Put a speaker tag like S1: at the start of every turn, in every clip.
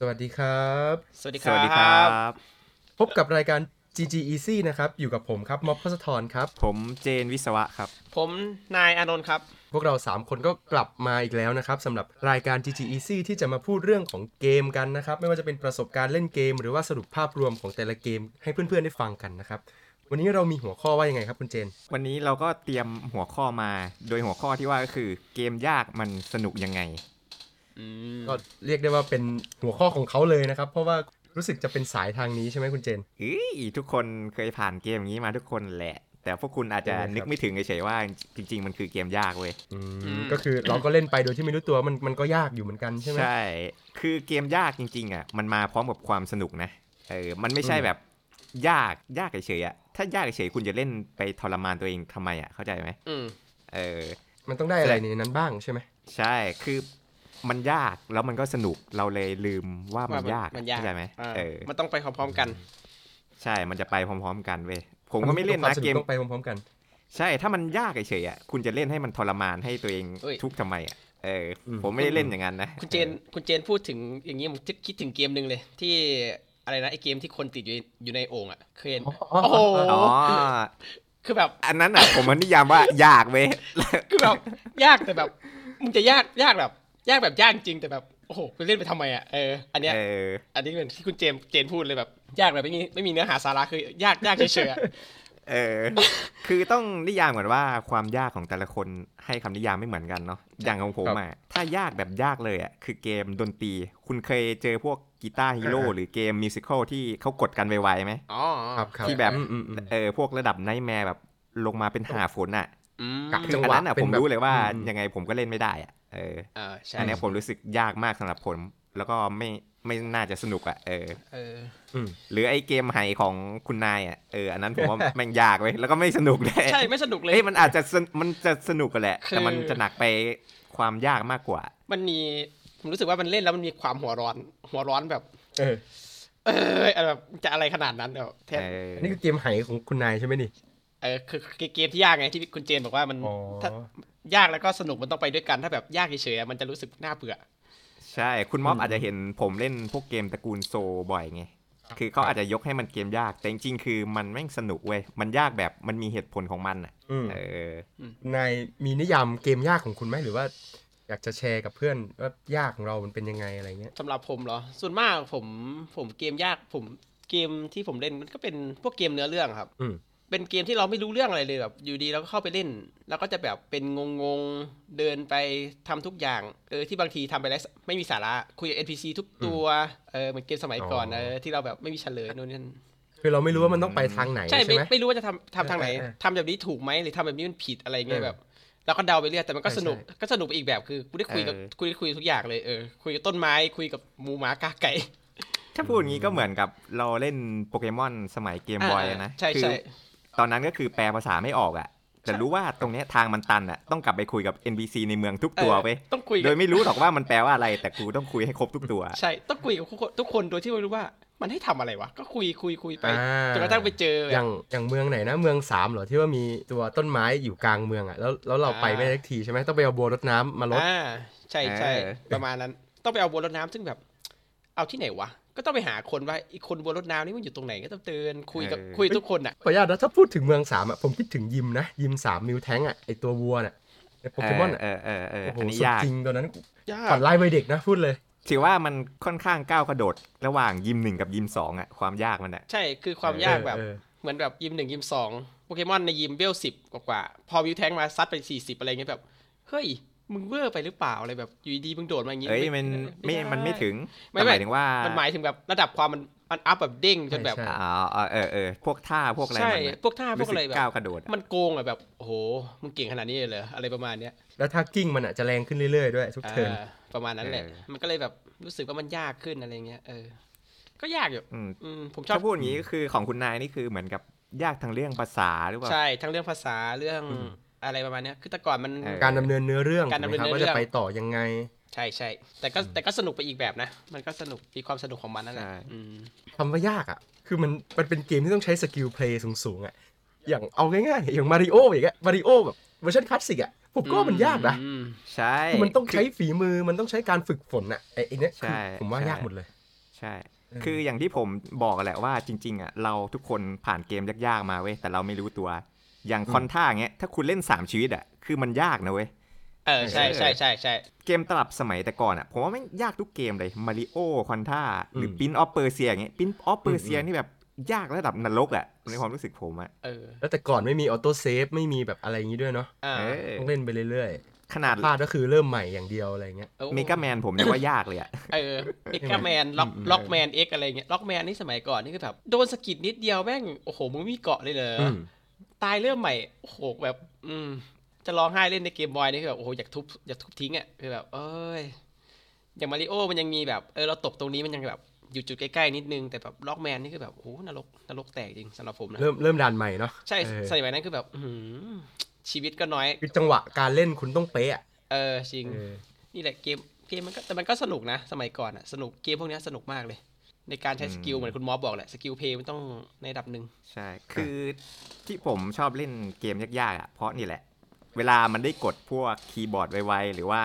S1: สวัสดีครับ
S2: สวัสดีค
S3: ส
S2: รับ
S3: วัสดีครับ
S1: พบกับรายการ GG Easy นะครับ อยู่กับผมครับม็อบพศธรครับ
S3: ผมเจนวิศวะครับ
S2: ผมนายอานนท์ครับ
S1: พวกเรา 3 คนก็กลับมาอีกแล้วนะครับสำหรับรายการ GG Easy ที่จะมาพูดเรื่องของเกมกันนะครับ ไม่ว่าจะเป็นประสบการณ์เล่นเกม หรือว่าสรุปภาพรวมของแต่ละเกมให้เพื่อนๆได้ฟังกันนะครับ วันนี้เรามีหัวข้อว่ายังไงครับคุณเจน
S3: วันนี้เราก็เตรียมหัวข้อมา โดยหัวข้อที่ว่าก็คือเกมยากมันสนุกยังไง
S2: อืม
S1: ก็เรียกได้ว่าเป็นหัวข้อของเขาเลยนะครับ เพราะว่ารู้สึกจะเป็นสายทางนี้ใช่ไหมคุณเจน
S3: เอ้ยทุกคนเคยผ่านเกมอย่างนี้มาทุกคนแหละ แต่พวกคุณอาจจะ
S1: ใช่ครับ
S3: นึกไม่ถึงเฉยๆว่าจริง ๆ มันคือเกมยากเว้ย
S1: อืมก็คือเราก็เล่นไปโดยที่ไม่รู้ตัวมันมันก็ยากอยู่เหมือนกันใช่ไหม
S3: ใช่ คือเกมยากจริงๆอ่ะ มันมาพร้อมกับความสนุกนะ เออ มันไม่ใช่
S1: อืม
S3: แบบยาก ยากเฉยๆอ่ะ ถ้ายากเฉยๆคุณจะเล่นไปทรมานตัวเองทำไมอ่ะ เข้าใจไหม
S2: อืม
S3: เออ
S1: มันต้องได้อะไรในนั้นบ้างใช่ไหม
S3: ใช่ คือมันยากแล้วมันก็สนุก เราเลยลืมว่ามันยาก
S2: มันยาก
S3: เข้าใจไหม
S2: อ่า
S3: เออ
S2: มันต้องไปพร้อมๆกัน
S3: ใช่ มันจะไปพร้อม ๆ กันเว้ย ผมก็ไม่เล่นนะเกม
S1: ต้องไปพร้อมๆกัน
S3: ใช่ ถ้ามันยากเฉยๆอ่ะ คุณจะเล่นให้มันทรมานให้ตัวเอง
S2: เอ้ย
S3: ทุกข์ทำไมอ่ะ เออ
S1: อืม
S3: ผมไม่ได้เล่นอย่างนั้นนะ
S2: คุณเจน คุณเจนพูดถึงอย่างนี้ผมคิดถึงเกมหนึ่งเลย ที่อะไรนะไอเกมที่คนติดอยู่ในอยู่ในโอ่งอะเคยเห็น
S1: อ๋อ
S2: โอ้โห
S3: อ๋อ
S2: คือแบบ
S3: อันนั้นอ่ะ ผมมันนิยามว่ายากเว้ย
S2: คือแบบยากแต่แบบมึงจะยากยากแบบ ยากแบบยากจริงแต่แบบโอ้โหไปเล่นไปทำไมอะเอออันเนี้ย
S3: เออ
S2: อันนี้เหมือนที่คุณเจมเจนพูดเลยแบบยากแบบไม่มีไม่มีเนื้อหาสาระคือยากยากเฉยๆอะ
S3: เออ คือต้องนิยามก่อนว่าความยากของแต่ละคนให้คำนิยามไม่เหมือนกันเนาะ อย่างของผมอ่ะ ถ้ายากแบบยากเลยอ่ะ คือเกมดนตรี คุณเคยเจอพวกกีตาร์ฮีโร่
S1: อ่า
S3: หรือเกมมิวสิควลที่เขากดกันไวๆไหม
S2: อ๋อ
S1: ครับครับ
S3: ที่แบบ
S1: อืมอืมอืม
S3: เออ พวกระดับไนท์แมร์แบบลงมาเป็นหาฝนอ่ะ
S2: อืม
S1: กะ
S3: คือ
S1: จังห
S3: อัน
S1: วะ
S3: นั้นอ่ะ
S1: เป็น
S3: ผม
S1: แบบ
S3: รู้เลยว่า
S1: อืม
S3: ยังไงผมก็เล่นไม่ได้อ่ะ เออ
S2: อ่าใช่
S3: อันเนี้ยผมรู้สึกยากมากสำหรับผม แล้วก็ไม่ไม่น่าจะสนุกอ่ะ เออ
S2: เออ
S1: อืม
S3: หรือไอ้เกมไหของคุณนายอ่ะ เออ อันนั้นผมว่า แม่งยากเว้ย แล้วก็ไม่สนุกด้วย
S2: ใช่ไม่สนุกเลย
S3: เฮ้ยมันอาจจะสนมันจะสนุกกันแหละ
S2: คือ
S3: แต่มันจะหนักไปความยากมากกว่า
S2: มันมีผมรู้สึกว่ามันเล่นแล้วมันมีความหัวร้อน หัวร้อนแบบ
S1: เออ
S2: เอออะไรแบบจะอะไรขนาดนั้นแบบแทน
S3: เออ
S1: อันนี้คือเกมไหของคุณนายใช่ไหมนี่
S2: เออคือคือเกมที่ยากไงที่คุณเจนบอกว่ามัน
S1: อ๋อ
S2: ถ้ายากแล้วก็สนุกมันต้องไปด้วยกันถ้าแบบยากเฉยๆอะมันจะรู้สึกน่าเบื่อ
S3: ใช่คุณม็อบ
S1: อืม
S3: อาจจะเห็นผมเล่นพวกเกมตระกูลโซบ่อยไงคือเขาอาจจะยกให้มันเกมยาก แต่จริงๆคือมันแม่งสนุกเว้ยมันยากแบบมันมีเหตุผลของมันอ่ะ
S1: อืม
S3: เออ
S1: คุณนายมีนิยามเกมยากของคุณไหมหรือว่า อยากจะแชร์กับเพื่อนว่ายากของเรามันเป็นยังไงอะไรเงี้ย
S2: สำหรับผมเหรอ ส่วนมากผมผมเกมยากผมเกมที่ผมเล่นมันก็เป็นพวกเกมเนื้อเรื่องครับ
S1: อืม
S2: เป็นเกมที่เราไม่รู้เรื่องอะไรเลยแบบอยู่ดีเราก็เข้าไปเล่น แล้วก็จะแบบเป็นงงงๆเดินไปทำทุกอย่างเออที่บางทีทำไปแล้วไม่มีสาระคุยกับ NPC ทุกตัวเออเหมือนเกมสมัยก่อน
S1: อ๋อ
S2: เออที่เราแบบไม่มีเฉลยนู่นนี่นั่น
S1: คือเราไม่รู้ว่ามันต้องไปทางไหน
S2: ใช่
S1: ใช่
S2: ไม่
S1: ไหม
S2: ไม่รู้ว่าจะทำทำทางไหน
S1: เออเออ
S2: ทำแบบนี้ถูกไหมหรือทำแบบนี้มันผิดอะไรเงี้ย
S1: เออ
S2: แบบเราก็เดาไปเรื่อยแต่มันก็
S1: ใช่
S2: สนุก
S1: ใช่
S2: ก็สนุกไปอีกแบบคือกูได้คุยกับ
S3: เออ
S2: คุยคุยทุกอย่างเลยเออคุยกับต้นไม้คุยกับหมูหมากาไก่
S3: ถ้าพูดอย่างนี้ก็เหมือนกับเราเล่นโปเกมอนสมัยเกมบอยนะ
S2: ใช่
S3: คื
S2: ใช่
S3: ตอนนั้นก็คือแปลภาษาไม่ออกอ่ะ แต่
S2: ใช่
S3: รู้ว่าตรงเนี้ยทางมันตันอ่ะต้องกลับไปคุยกับ NPC ในเมืองทุกตัวเว้ย
S2: เออต้องคุย
S3: โด
S2: กับ
S3: ยไม่รู้หรอกว่ามันแปลว่าอะไร แต่กูต้องคุยให้ครบทุกตัว
S2: ใช่ ต้องคุยกับทุกคนทุกคนโดยที่ไม่รู้ว่ามันให้ทำอะไรวะ ก็คุยคุยคุยไป
S1: อ่า
S2: จนกระทั่งไปเจอแบบ
S1: อย่างอย่างเมืองไหนนะ เมืองสามเหรอที่ว่ามีตัวต้นไม้อยู่กลางเมืองอ่ะแล้วแล้วเราไป
S2: อ่า
S1: ไม่ได้สักทีใช่ไหมต้องไปเอาบัวรดน้ำมาลด
S2: อ่าใช่ใช่
S3: เออ
S2: ประมาณนั้น ต้องไปเอาบัวรดน้ำซึ่งแบบ เอาที่ไหนวะ ก็ต้องไปหาคนว่าอีกคนบัวรดน้ำนี่มันอยู่ตรงไหนก็ต้องเตือนคุยกับ
S3: เออ
S2: คุยกับทุกคนอ่ะ
S1: ขออนุญาตนะถ้าพูดถึงเมืองสามอ่ะผมคิดถึงยิมนะ ยิมสามมิวแทงอ่ะไอตัววัวน่ะในโปเกมอนอ่ะ
S3: เออเออเออเออ
S1: โอ้โห
S3: อันนี้
S1: สุด
S3: ยาก
S1: จริงตัวนั้น
S2: ยา
S1: ฝั
S2: ก
S1: นไล่วัยเด็กนะพูดเลย
S3: ถือว่ามันค่อนข้างก้าวกระโดด ระหว่างยิมหนึ่งกับยิมสองอะความยากมันอะ
S2: ใช่คือความยากแบบ
S1: เออเออ
S2: เหมือนแบบยิมหนึ่งยิมสองโปเกมอนในยิมเวลสิบกว่าๆพอวิวแทงมาซัดไปสี่สิบอะไรเงี้ยแบบเฮ้ยมึงเวอร์ไปหรือเปล่าอะไรแบบอยู่ดีๆมึงโดดมาอย่างงี้
S3: เอ้ยมันไม่
S2: ด้
S3: มันไม่ถึง
S2: ไม่
S3: แต่
S2: ไม่
S3: หมายถึงว่า
S2: มันหมายถึงแบบระดับความมันมันอัพแบบเด้งจนแบบ
S1: ใช่
S3: อ๋อเออเออเออพวกท่าพวกอะไร
S2: ใช่
S3: มันอะ
S2: พวกท่าพวกอะไร
S3: สึ
S2: แบ
S3: ก้าว
S2: บ
S3: กระโดดอะ
S2: มันโกงอะแบบโอ้โหมึงเก่งขนาดนี้เลยเหรออะไรประมาณเนี้ย
S1: แล้วถ้ากิ้งมันอ่ะจะแรงขึ้นเรื่อยๆด้วยทุก
S2: อ่า
S1: เทิร์น
S2: ประมาณนั้นแหละ มันก็เลยแบบรู้สึกว่ามันยากขึ้นอะไรเงี้ยเออ ก็ยากอยู่
S3: อืม
S2: อืมผมชอ
S3: ถ้า
S2: บ
S3: พูดอย่างนี้ก็คือของคุณนายนี่คือเหมือนกับยากทางเรื่องภาษาหรือเปล่า
S2: ใช่ทั้งเรื่องภาษาเรื่องอะไรประมาณเนี้ยคือแต่ก่อนมัน
S3: เออ
S1: การดำเนินเนื้อเรื่อง
S2: การดำเนิน
S1: ถูไหมคบ
S2: เนื้อ
S1: ว่า
S2: เรื่อง
S1: จะไปต่อยังไง
S2: ใช่ใช่แต่ก็แต่ก็สนุกไปอีกแบบนะ มันก็สนุกมีความสนุกของมันนั่นแหละ
S3: ใช่
S2: อืม
S1: คำว่ายากอ่ะ คือมันมันเป็นเกมที่ต้องใช้สกิลเพลย์สูงๆอ่ะ อย่างเอาง่ายๆ อย่างมาริโออย่างเงี้ยมาริโอแบบเวอร์ชันคลาสสิกอ่ะ ผมก็ว่ามันยากนะ
S2: อืม
S3: ใช่
S1: คือมันต้อง
S3: คือ
S1: ใช้ฝีมือมันต้องใช้การฝึกฝนอ่ะไอ้ไอ้เนี้ยคือ
S3: ใช่
S1: ผมว่า
S3: ใช่
S1: ยากหมดเลย
S3: ใช่ คืออย่างที่ผมบอกแหละว่าจริงๆอ่ะเราทุกคนผ่านเกมยากๆมาเว้ยแต่เราไม่รู้ตัว อย่างคอนท่าเงี้ยถ้าคุณเล่น 3 ชีวิตอ่ะคือมันยากนะเว้ย
S2: เออใช่ใช่ใช่ใช่
S3: เกมตลับสมัยแต่ก่อนอ่ะผมว่าไม่งยากทุกเกมเลยมาริโอคอนท่าหรือ
S1: ม
S3: ปินออฟเปอร์เซียอย่างเงี้ยปินออฟเปอร์เซีย
S1: อืม
S3: นี่แบบยากระดับนรกอ่ะในความรู้สึกผมอ่ะ
S2: เออ
S1: แล้วแต่ก่อนไม่มีออโต้เซฟไม่มีแบบอะไรอย่างนี้ด้วยเนาะ
S2: อ่า
S3: เออ
S1: ต้องเล่นไปเรื่อย
S3: ขนาด
S1: ๆพลาดก็คือเริ่มใหม่อย่างเดียวอะไรเงี้ย
S2: ออ
S3: เมกาแมนผมยังว่ายากเลยอ่ะ
S2: เออเมกาแมนล็อก
S3: อืม
S2: ล็อกแมนเอ็กอะไรเงี้ยล็อกแมนนี่สมัยก่อนนี่คือแบบโดนสะกิดนิดเดียวแม่งโอ้โหมึงไมมีเกาะเลยเหรออตายเริ่มใหม่โอ้โหแบบ อืม จะร้องไห้เล่นในเกมบอยนี่คือแบบโอ้โหอยากทุบอยากทุบทิ้งอ่ะคือแบบ เอ้ยอย่างมาริโอมันยังมีแบบเออเราตกตรงนี้มันยังแบบอยู่จุดใกล้ๆนิดนึงแต่แบบล็อกแมนนี่คือแบบโอ้โหนรกนรกแตกจริงสำหรับผมนะ
S1: เริ่มเริ่มด่านใหม่เนาะ
S2: ใช่
S1: เออ
S2: สมัยนั้นคือแบบอื้อหือชีวิตก็น้อย
S1: คือจังหวะการเล่นคุณต้องเป๊ะอะ
S2: เออจริง
S1: เออ
S2: นี่แหละเกมเกมมันก็แต่มันก็สนุกนะ สมัยก่อนอะสนุกเกมพวกเนี้ยสนุกมากเลย ในการใช้
S3: อืม
S2: สกิลเหมือนคุณมอสบอกแหละ สกิลเพลย์มันต้องในระดับหนึ่ง
S3: ใช่ คือที่ผมชอบเล่นเกมยากๆอ่ะ เพราะนี่แหละ เวลามันได้กดพวกคีย์บอร์ดไวๆ หรือว่า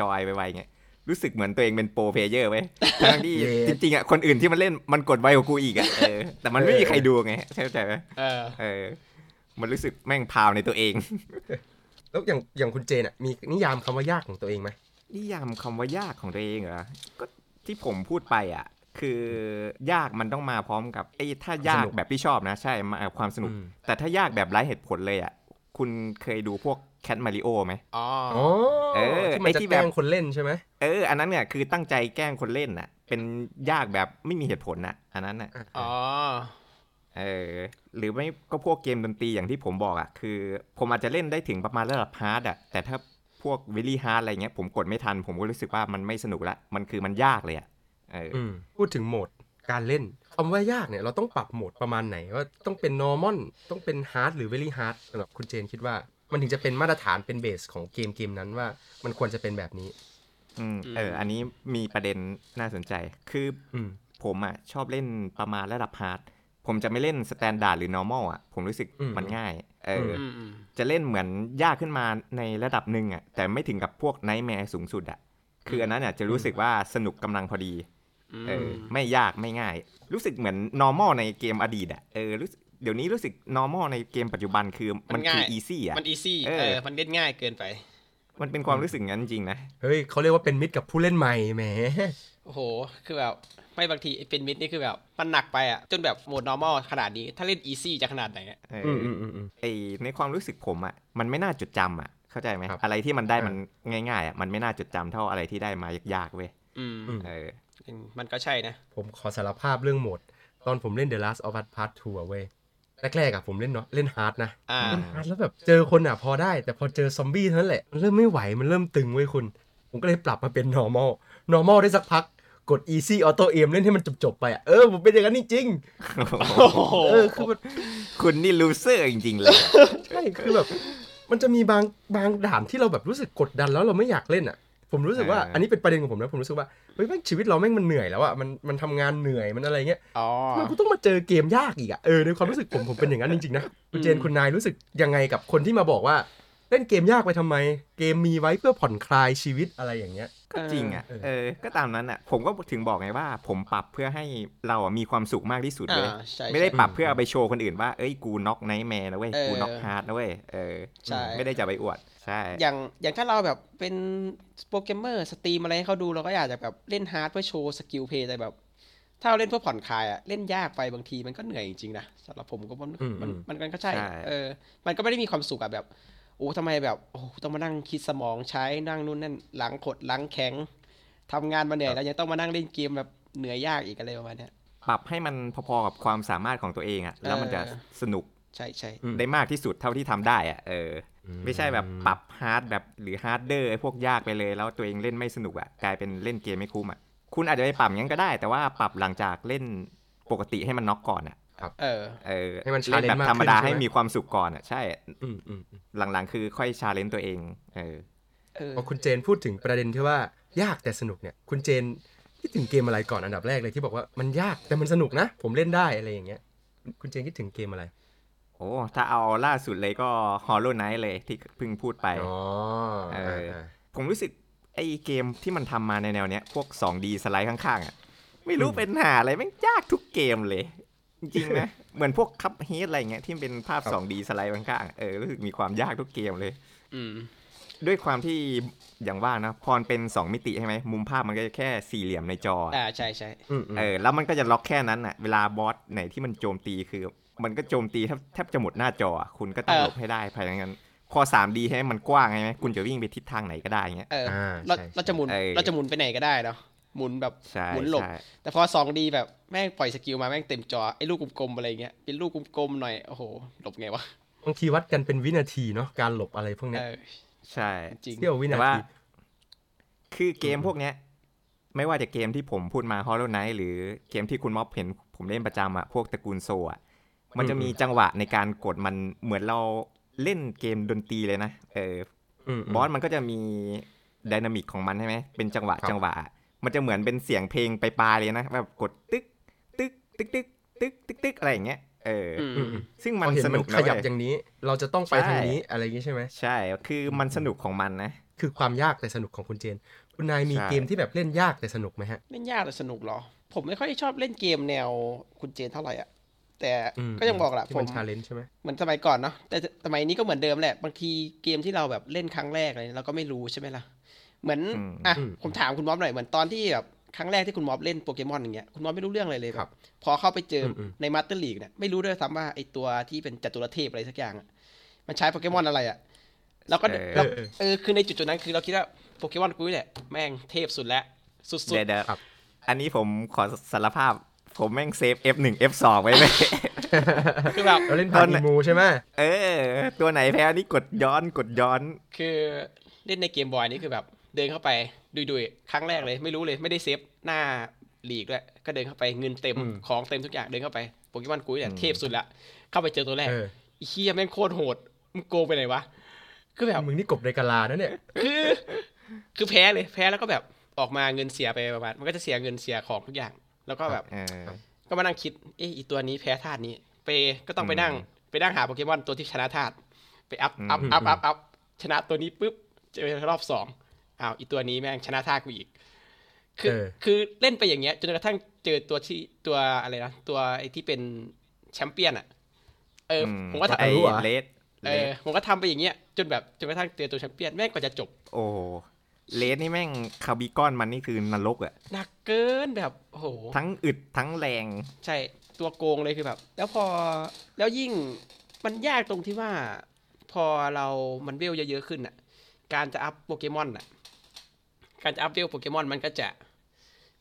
S3: จอยไวๆเงี้ย รู้สึกเหมือนตัวเองเป็นโปรเพลเยอร์ไว้ย ทั้งที่
S1: Yes
S3: จริงๆอ่ะ คนอื่นที่มันเล่นมันกดไวกว่ากูอีกอ่ะ เออ แต่มันไม่มีใครดูไงเข้าใจไหม
S2: เออ
S3: เออ มันรู้สึกแม่งพาวในตัวเอง
S1: แล้วอย่างอย่างคุณเจนอะมีนิยามคำว่ายากของตัวเองไหม
S3: นิยามคำว่ายากของตัวเองเหรอ ก็ที่ผมพูดไปอ่ะ คือยากมันต้องมาพร้อมกับไอ้ถ้ายา
S1: ส
S3: ก
S1: นุก
S3: แบบที่ชอบนะ ใช่มากับความสนุก
S1: อืม
S3: แต่ถ้ายากแบบไร้เหตุผลเลยอ่ะ คุณเคยดูพวกแคทมาริโอไหม
S2: อ๋อ
S1: อ๋อ
S3: เออ
S1: ที่มัน
S3: ไอ้
S1: จะ
S3: ที่
S1: แกล้ง
S3: แบบ
S1: คนเล่นใช่ไหม
S3: เออ อันนั้นเนี่ยคือตั้งใจแกล้งคนเล่นน่ะ เป็นยากแบบไม่มีเหตุผลน่ะ อันนั้นน่ะ
S1: อ่ะ
S2: อ๋อ
S3: เออ หรือไม่ก็พวกเกมดนตรีอย่างที่ผมบอกอ่ะ คือ ผมอาจจะเล่นได้ถึงประมาณระดับฮาร์ดอ่ะ แต่ถ้าพวกวิลลี่ฮาร์ดอะไรเงี้ยผมกดไม่ทัน ผมก็รู้สึกว่ามันไม่สนุกละ มันคือมันยากเลยอ่ะ เออ
S1: อืมพูดถึงโหมดการเล่นคำว่ายากเนี่ยเราต้องปรับโหมดประมาณไหนว่าต้องเป็น normal ต้องเป็น hard หรือ very hard สำหรับคุณเจนคิดว่า มันถึงจะเป็นมาตรฐานเป็นเบสของเกมเกมนั้นว่ามันควรจะเป็นแบบนี้
S3: อืมเออ อันนี้มีประเด็นน่าสนใจ คือ
S1: อืม
S3: ผมอ่ะชอบเล่นประมาณระดับฮาร์ด ผมจะไม่เล่นสแตนดาร์ดหรือ normal อ่ะ ผมรู้สึก
S1: อืม
S3: มันง่าย เอออ
S2: อืมอืม
S3: จะเล่นเหมือนยากขึ้นมาในระดับหนึ่งอ่ะ แต่ไม่ถึงกับพวกไนท์แมร์สูงสุดอ่ะ คืออันนั้นอ่ะจะรู้สึกว่าสนุกกำลังพอดี
S2: อืม
S3: เออ ไม่ยากไม่ง่าย รู้สึกเหมือน normal ในเกมอดีตอ่ะ เออรู้สึกเดี๋ยวนี้รู้สึก normal ในเกมปัจจุบันคือมันคือ easy อ่ะ
S2: มันอีซี่
S3: เออ
S2: เออมันเล่นง่ายเกินไป
S3: มันเป็นความรู้สึกงั้นจริงๆนะ
S1: เฮ้ยเขาเรียกว่าเป็นมิตรกับผู้เล่นใหม่แหม
S2: โอ้โห คือแบบไม่บางทีไอ้เป็นมิดนี่คือแบบ มันหนักไปอ่ะ จนแบบโหมด normal ขนาดนี้ ถ้าเล่นอีซี่จะขนาดไหนอะ
S3: เอออ
S1: อืมอืมอืมอืม
S3: ไอในความรู้สึกผมอะ่ะมันไม่น่าจดจำอ่ะ เข้าใจไหม
S1: ครับ
S3: อะไรที่มันได้
S1: อ่ามั
S3: มันง่ายๆอะ่ะมันไม่น่าจดจำเท่าอะไรที่ได้มายากๆเว้ย
S2: อืม
S1: อืม
S3: เอ อ
S2: มันก็ใช่นะ
S1: ผมขอสารภาพเรื่องโหมด ตอนผมเล่น The Last of Us Part 2อะเว้ยแรกๆอะผมเล่นเนาะเล่นฮาร์ดนะ
S2: อ่า
S1: เล่นฮาร์ดแล้วแบบเจอคนอ่ะพอได้ แต่พอเจอซอมบี้เท่านั้นแหละมันเริ่มไม่ไหวมันเริ่มตึงเว้ยคุณ ผมก็เลยปรับมาเป็น normal normal ได้สักพักกด easy auto aim เล่นให้มันจบ ๆ ไปอ่ะ เออ ผมเป็นอย่างนั้นจริง
S2: โอ้โห
S1: ๆเออ คือมัน
S3: คุณนี่ลูเซอร์จริงๆเลย
S1: ใช่ คือแบบ มันจะมีบางบางด่านที่เราแบบรู้สึกกดดันแล้วเราไม่อยากเล่นอ่ะ ผมรู้สึกว่า
S3: เอออั
S1: อันนี้เป็นประเด็นของผมนะผมรู้สึกว่าเฮ้ยแม่งชีวิตเราแม่งมันเหนื่อยแล้วอ่ะมันมันทำงานเหนื่อยมันอะไรเงี้ย
S2: อ๋อ
S1: ทำไมันกูต้องมาเจอเกมยากอีกอ่ะเออในความรู้สึกผมผมเป็นอย่างนั้นจริงๆนะคุณเจน
S2: อืม
S1: คุณนายรู้สึกยังไงกับคนที่มาบอกว่า เล่นเกมยากไปทำไม เกมมีไว้เพื่อผ่อนคลายชีวิตอะไรอย่างเงี้ย
S3: ก็จริงอ่ะ
S1: เออ
S3: เออก็ตามนั้นอ่ะ ผมก็ถึงบอกไงว่า ผมปรับเพื่อให้เราอะมีความสุขมากที่สุดเลย
S2: อ่าใช่
S3: ไม่ได้
S2: ใช่
S3: ปรับเพื่อเอาไปโชว์คนอื่นว่าเอ้ยกูน็อกไนท์แมร์นะเว้ย
S2: เออ
S3: กูน็อกฮาร์ดนะเว้ยเออ
S2: ใช่
S3: ไม่ได้จะไปอวดใช่
S2: อย่างอย่างถ้าเราแบบเป็นโปรแกรมเมอร์สตรีมอะไรให้เขาดูเราก็อยากจะแบบเล่นฮาร์ดเพื่อโชว์สกิลเพลย์แต่แบบ ถ้าเราเล่นเพื่อผ่อนคลายอะเล่นยากไปบางทีมันก็เหนื่อยจริงๆนะสำหรับผมก็มัน
S1: อืม
S2: มัน
S1: อืม
S2: มันมันก็ใช่
S3: ใช่
S2: เออ มันก็ไม่ได้มีความสุขอะแบบโอ้ทำไมแบบโอ้ต้องมานั่งคิดสมองใช้นั่งนู่นนั่นหลังขดหลังแข็งทำงานมาเหนื่อยแล้วยังต้องมานั่งเล่นเกมแบบเหนื่อยยากอีกอะไรประมาณเนี้ย
S3: ปรับให้มันพอๆกับความสามารถของตัวเองอ่ะแล้วมันจะ
S2: เออ
S3: สนุก
S2: ใช่ใช่
S1: อืม
S3: ได้มากที่สุดเท่าที่ทำได้อ่ะเออ ไม่ใช่แบบปรับฮาร์ดแบบหรือฮาร์ดเดอร์ไอ้พวกยากไปเลย แล้วตัวเองเล่นไม่สนุกอะ่ะกลายเป็นเล่นเกมไม่คุ้มอะ่ะคุณอาจจะไปปรับงั้นก็ได้ แต่ว่าปรับหลังจากเล่นปกติให้มันน็อกก่อนอะ่ะ
S2: เออ
S3: เออ
S1: ให้มัน
S3: เล่น
S1: challenge
S3: แบบ
S1: มากขึ้น
S3: ธรรมดา
S1: ใช่ไหม
S3: ให้มีความสุขก่อนอะ่ะใช่
S1: อืมอืมอืม
S3: หลังๆ คือค่อยชาเลนตัวเองเออ
S2: เออ
S1: พอคุณเจนพูดถึงประเด็นที่ว่ายากแต่สนุกเนี่ย คุณเจนคิดถึงเกมอะไรก่อนอันดับแรกเลยที่บอกว่ามันยากแต่มันสนุกนะ ผมเล่นได้อะไรอย่างเงี้ย คุณเจนคิดถึงเกมอะไร
S3: โอ้ถ้าเอาล่าสุดเลยก็ Hollow Knight เลยที่เพิ่งพูดไป
S1: อ๋อ
S3: เอ
S1: อ่า
S3: อ
S1: อ่า
S3: ผมรู้สึกไอ้เกมที่มันทำมาในแนวเนี้ยพวก 2D สไลด์ข้างๆอะ ไม่รู้เป็นหาอะไรแม่งยากทุกเกมเลย จริงๆนะ เหมือนพวกคัพเฮดอะไรเงี้ยที่เป็นภาพ
S1: ครับ
S3: 2D สไลด์ข้างๆเออรู้สึกมีความยากทุกเกมเลย
S2: อืม
S3: ด้วยความที่อย่างว่านะพรเป็น 2 มิติใช่ไหมมุมภาพมันก็จะแค่สี่เหลี่ยมในจออ่ะ
S2: อ่าใช่ใช่
S1: อืมอืม
S3: เออแล้วมันก็จะล็อกแค่นั้นอ่ะเวลาบอสไหนที่มันโจมตีคือ มันก็โจมตีแทบแทบจะหมดหน้าจออ่ะคุณก็ต้องหลบให้ได้ภายในนั้นพอ 3D ให้มันกว้างใช่ไหมคุณจะวิ่งไปทิศทางไหนก็ได้เงี้ย
S2: เอออา เรา
S1: ใช่
S2: เราจะหมุน
S3: เออ
S2: เราจะหมุนไปไหนก็ได้เนาะหมุนแบบ
S3: ใช่
S2: หมุนหลบ
S3: ใช่
S2: แต่พอสองดีแบบแม่งปล่อยสกิลมาแม่งเต็มจอไอ้ลูกกลมๆอะไรเงี้ยเป็นลูกกลมๆหน่อยโอ้โหหลบไงวะ
S1: บางทีวัดกันเป็นวินาทีเนาะการหลบอะไรพวกเนี้
S2: เอย อ
S3: ใช่
S2: จริง
S1: เที่ยววิ
S3: แต่
S1: นา
S3: ว่า
S1: ที
S3: คือเกมพวกเนี้ย ไม่ว่าจะเกมที่ผมพูดมา Hollow Knight หรือเกมที่คุณม็อบเห็นผมเล่นประจำอะพวกตระกูลโซอะมันจะ
S1: อืม
S3: มีจังหวะในการกดมันเหมือนเราเล่นเกมดนตรีเลยนะเออ
S1: ม
S3: อบอสมันก็จะมีไดนามิกของมันใช่ไหมเป็นจังหวะจังหวะ มันจะเหมือนเป็นเสียงเพลงไปปลายๆเลยนะแบบกดตึ๊กตึ๊กตึ๊กตึ๊กตึ๊กตึ๊กตึ๊กอะไรอย่างเงี้ยเอออ
S2: อืม
S1: อืมอืม
S3: ซึ่ง
S1: พ
S3: มั
S1: อนเห็น
S3: ส
S1: มั
S3: นุ
S1: น
S3: กนะ
S1: ขยับอ
S3: เว้ย
S1: ย่างนี้ เราจะต้องไป
S3: ใช่
S1: ทางนี้อะไรอย่างนี้ใช่ไหม
S3: ใช่คือมันสนุกของมันนะ
S1: คือความยากแต่สนุกของคุณเจน คุณนายมี
S3: ใช่
S1: เกมที่แบบเล่นยากแต่สนุกไหมฮะ
S2: เล่นยากแต่สนุกเหรอ ผมไม่ค่อยชอบเล่นเกมแนวคุณเจนเท่าไหร่อ่ะแต่
S1: อืม
S2: ก็ยังบอกแหละ
S1: ที่
S2: ผ
S1: มั
S2: ม
S1: นชาเลนจ์ใช่ไหม
S2: เหมือนสมัยก่อนเนาะแต่สมัยนี้ก็เหมือนเดิมแหละ บางทีเกมที่เราแบบเล่นครั้งแรกอะไรเนี่ยเราก็ไม่รู้ใช่ไหมล่ะ เหมือน
S3: อืม
S2: อ่ะ
S1: อืม
S2: ผมถามคุณม็อบหน่อยเหมือนตอนที่แบบครั้งแรกที่คุณม็อบเล่นโปเกมอนอย่างเงี้ยคุณม็อบไม่รู้เรื่องอะไรเลย
S1: ครับ
S2: แพอเข้าไปเจออ
S1: ม
S2: ในมาสเตอร์ลีกเนี่ยไม่รู้ด้วยซ้ำว่าไอตัวที่เป็นจัตุรเทพอะไรสักอย่างอะมันใช้โปเกมอนอะไรอะเราก็
S3: เออ
S2: เราเออคือในจุดจุดนั้นคือเราคิดว่าโปเกมอนกูนี่แหละแม่งเทพสุดแล้วสุด
S3: เดี๋ยวเดี๋ยว
S1: ครับ
S3: อันนี้ผมขอสารภาพ ผมแม่งเซฟ F1 F2 ไว้ไหม
S2: ๆคือแบบ
S1: เราเล่นผ่าน
S3: ตอนไหน
S1: อีมูใช่ไหม
S3: เออ ตัวไหนแพ้นี่กดย้อนกดย้อน
S2: คือเล่นในเกมบอยนี่คือแบบเดินเข้าไปดุยๆครั้งแรกเลย ไม่รู้เลยไม่ได้เซฟหน้าหลีกด้วยก็เดินเข้าไปเงินเต็ม
S1: อืม
S2: ของเต็มทุกอย่างเดินเข้าไปโปเกมอนกูเนี่ย
S3: อืม
S2: เทพสุดละเข้าไปเจอตัวแรก
S1: เออ
S2: ไอีเคียแม่งโคตรโหดมึงโกงไปไหนวะคือแบบ
S1: มึงนี่กบในกาลานะเนี่ย
S2: คือ คือแพ้เลยแพ้แล้วก็แบบออกมาเงินเสียไปประมาณมันก็จะเสียเงินเสียของทุกอย่าง แล้วก็แบบ
S3: เออ
S2: ก็มานั่งคิดเอะอีตัวนี้แพ้ธาตุนี้ไปก็ต้องไปนั่ง ไปนั่งหาโปเกมอนตัวที่ชนะธาตุไปอัพอัพ
S3: อืม
S2: อัพอัพอัพชนะตัวนี้ปุ๊บเจอรอบสองอ้าวอีตัวนี้แม่งชนะท่ากูอีก คือ
S1: เออ
S2: คือเล่นไปอย่างเงี้ยจนกระทั่งเจอตัวที่ตัวอะไรนะตัวไอ้ที่เป็นแชมเปี้ยนอ่ะ เอออ
S3: ม
S2: ผมก็ทำ
S3: ไอ้
S1: รู้เหรอ
S3: เลด
S2: เออผมก็ทำไปอย่างเงี้ยจนแบบจนกระทั่งเจอตัวแชมเปี้ยนแม่งกว่าจะจบ
S3: โอ้เลดนี่แม่งคาร์บิกอนมันนี่คือนรกอะ
S2: หนักเกินแบบโอ้โห
S3: ทั้งอึดทั้งแรง
S2: ใช่ตัวโกงเลยคือแบบ แล้วพอแล้วยิ่งมันยากตรงที่ว่า พอเรามันเวลเยอะๆขึ้นอ่ะ การจะอัพโปเกมอนอ่ะ การจะอัพเวลโปเกมอนมันก็จะ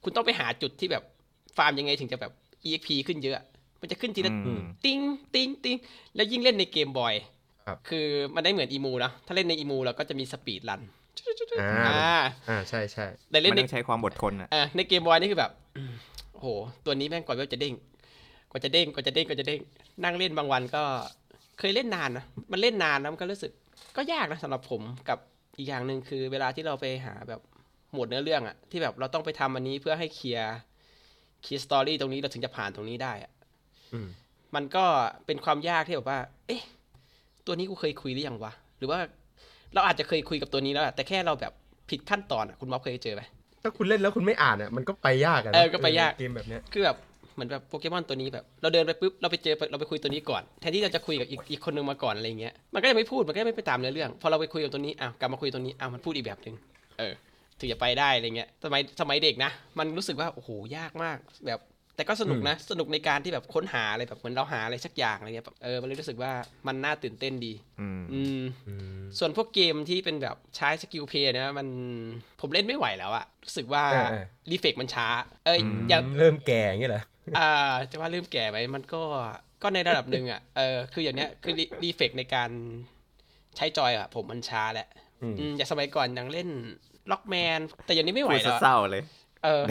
S2: คุณต้องไปหาจุดที่แบบฟาร์มยังไงถึงจะแบบ EXP ขึ้นเยอะ มันจะขึ้นทีละ
S3: อืม
S2: ติ้งติ้งติ้งแล้วยิ่งเล่นในเกมบอย
S1: ครับ
S2: คือมันได้เหมือนอีมูนะถ้าเล่นในอีมูเราก็จะมีสปีดรัน
S1: อ่า
S2: อ่า
S1: อ่าใช่ใช่
S2: แต่เล่
S3: มัน
S2: นใน
S3: ต้องใช้ความอดทนอะ
S2: อ่ะในเกมบอยนี่คือแบบ อืมโอ้โห ตัวนี้แม่งกว่าเวลจะเด้ง กว่าจะเด้ง กว่าจะเด้ง กว่าจะเด้ง นั่งเล่นบางวันก็ เคยเล่นนานนะ มันเล่นนานนะมันก็รู้สึก ก็ยากนะสำหรับผมกับอีกอย่างหนึ่งคือ เวลาที่เราไปหาแบบหมวดเนื้อเรื่องอะที่แบบเราต้องไปทำอันนี้เพื่อให้เคลียร์เคลียร์สตอรี่ตรงนี้เราถึงจะผ่านตรงนี้ได้อะ
S1: อืม
S2: มันก็เป็นความยากที่แบบว่า เอ๊ะ ตัวนี้กูเคยคุยหรือยังวะ หรือว่าเราอาจจะเคยคุยกับตัวนี้แล้วอะแต่แค่เราแบบผิดขั้นตอนอะคุณม็อบเคยเจอไหม
S1: ถ้าคุณเล่นแล้วคุณไม่อ่านอ่ะมันก็ไปยากอ่ะนะ
S2: เออก็ไปยาก
S1: เกมแบบเนี้ย
S2: คือแบบเหมือนแบบโปเกมอนตัวนี้แบบ เราเดินไปปุ๊บเราไปเจอเราไปคุยตัวนี้ก่อนแทนที่เราจะคุยกับอีกอีกคนนึงมาก่อนอะไรเงี้ยมันก็จะไม่พูดมันก็จะไม่ไปตามเนื้อเรื่องพอเราไปคุยกับตัวนี้อ้าวกลับมาคุยตัวนี้อ้าวมันพูดอีกแบบหนึ่งเออถึงจะไปได้อะไรเงี้ยสมัยสมัยเด็กนะ มันรู้สึกว่าโอ้โหยากมากแบบ แต่ก็สนุกนะสนุกในการที่แบบค้นหาอะไรแบบเหมือนเราหาอะไรสักอย่างอะไรเงี้ยแบบเออมันเลยรู้สึกว่ามันน่าตื่นเต้นดี
S3: อืม
S2: อืม ส่วนพวกเกมที่เป็นแบบใช้สกิลเพลย์นะมันผมเล่นไม่ไหวแล้วอะรู้สึกว่า
S1: เออเออ
S2: รีเฟกมันช้า เอ้ยอย่าง
S1: เริ่มแก่อย่างเงี้ยเหรอ
S2: อ่าจะว่าเริ่มแก่ไหมมันก็ก็ในระดับหนึ่งอ่ะเออคืออย่างเนี้ยคือดีเฟกในการใช้จอยอ่ะ ผมมันช้าแหละ
S1: อืม
S2: อืมอย่างสมัยก่อนยังเล่นล็อกแมน แต่อย่างนี้ไม่ไหว
S3: พูด
S2: แล้ว
S3: เศ
S2: อะ
S3: ร้าๆเลย
S2: เออ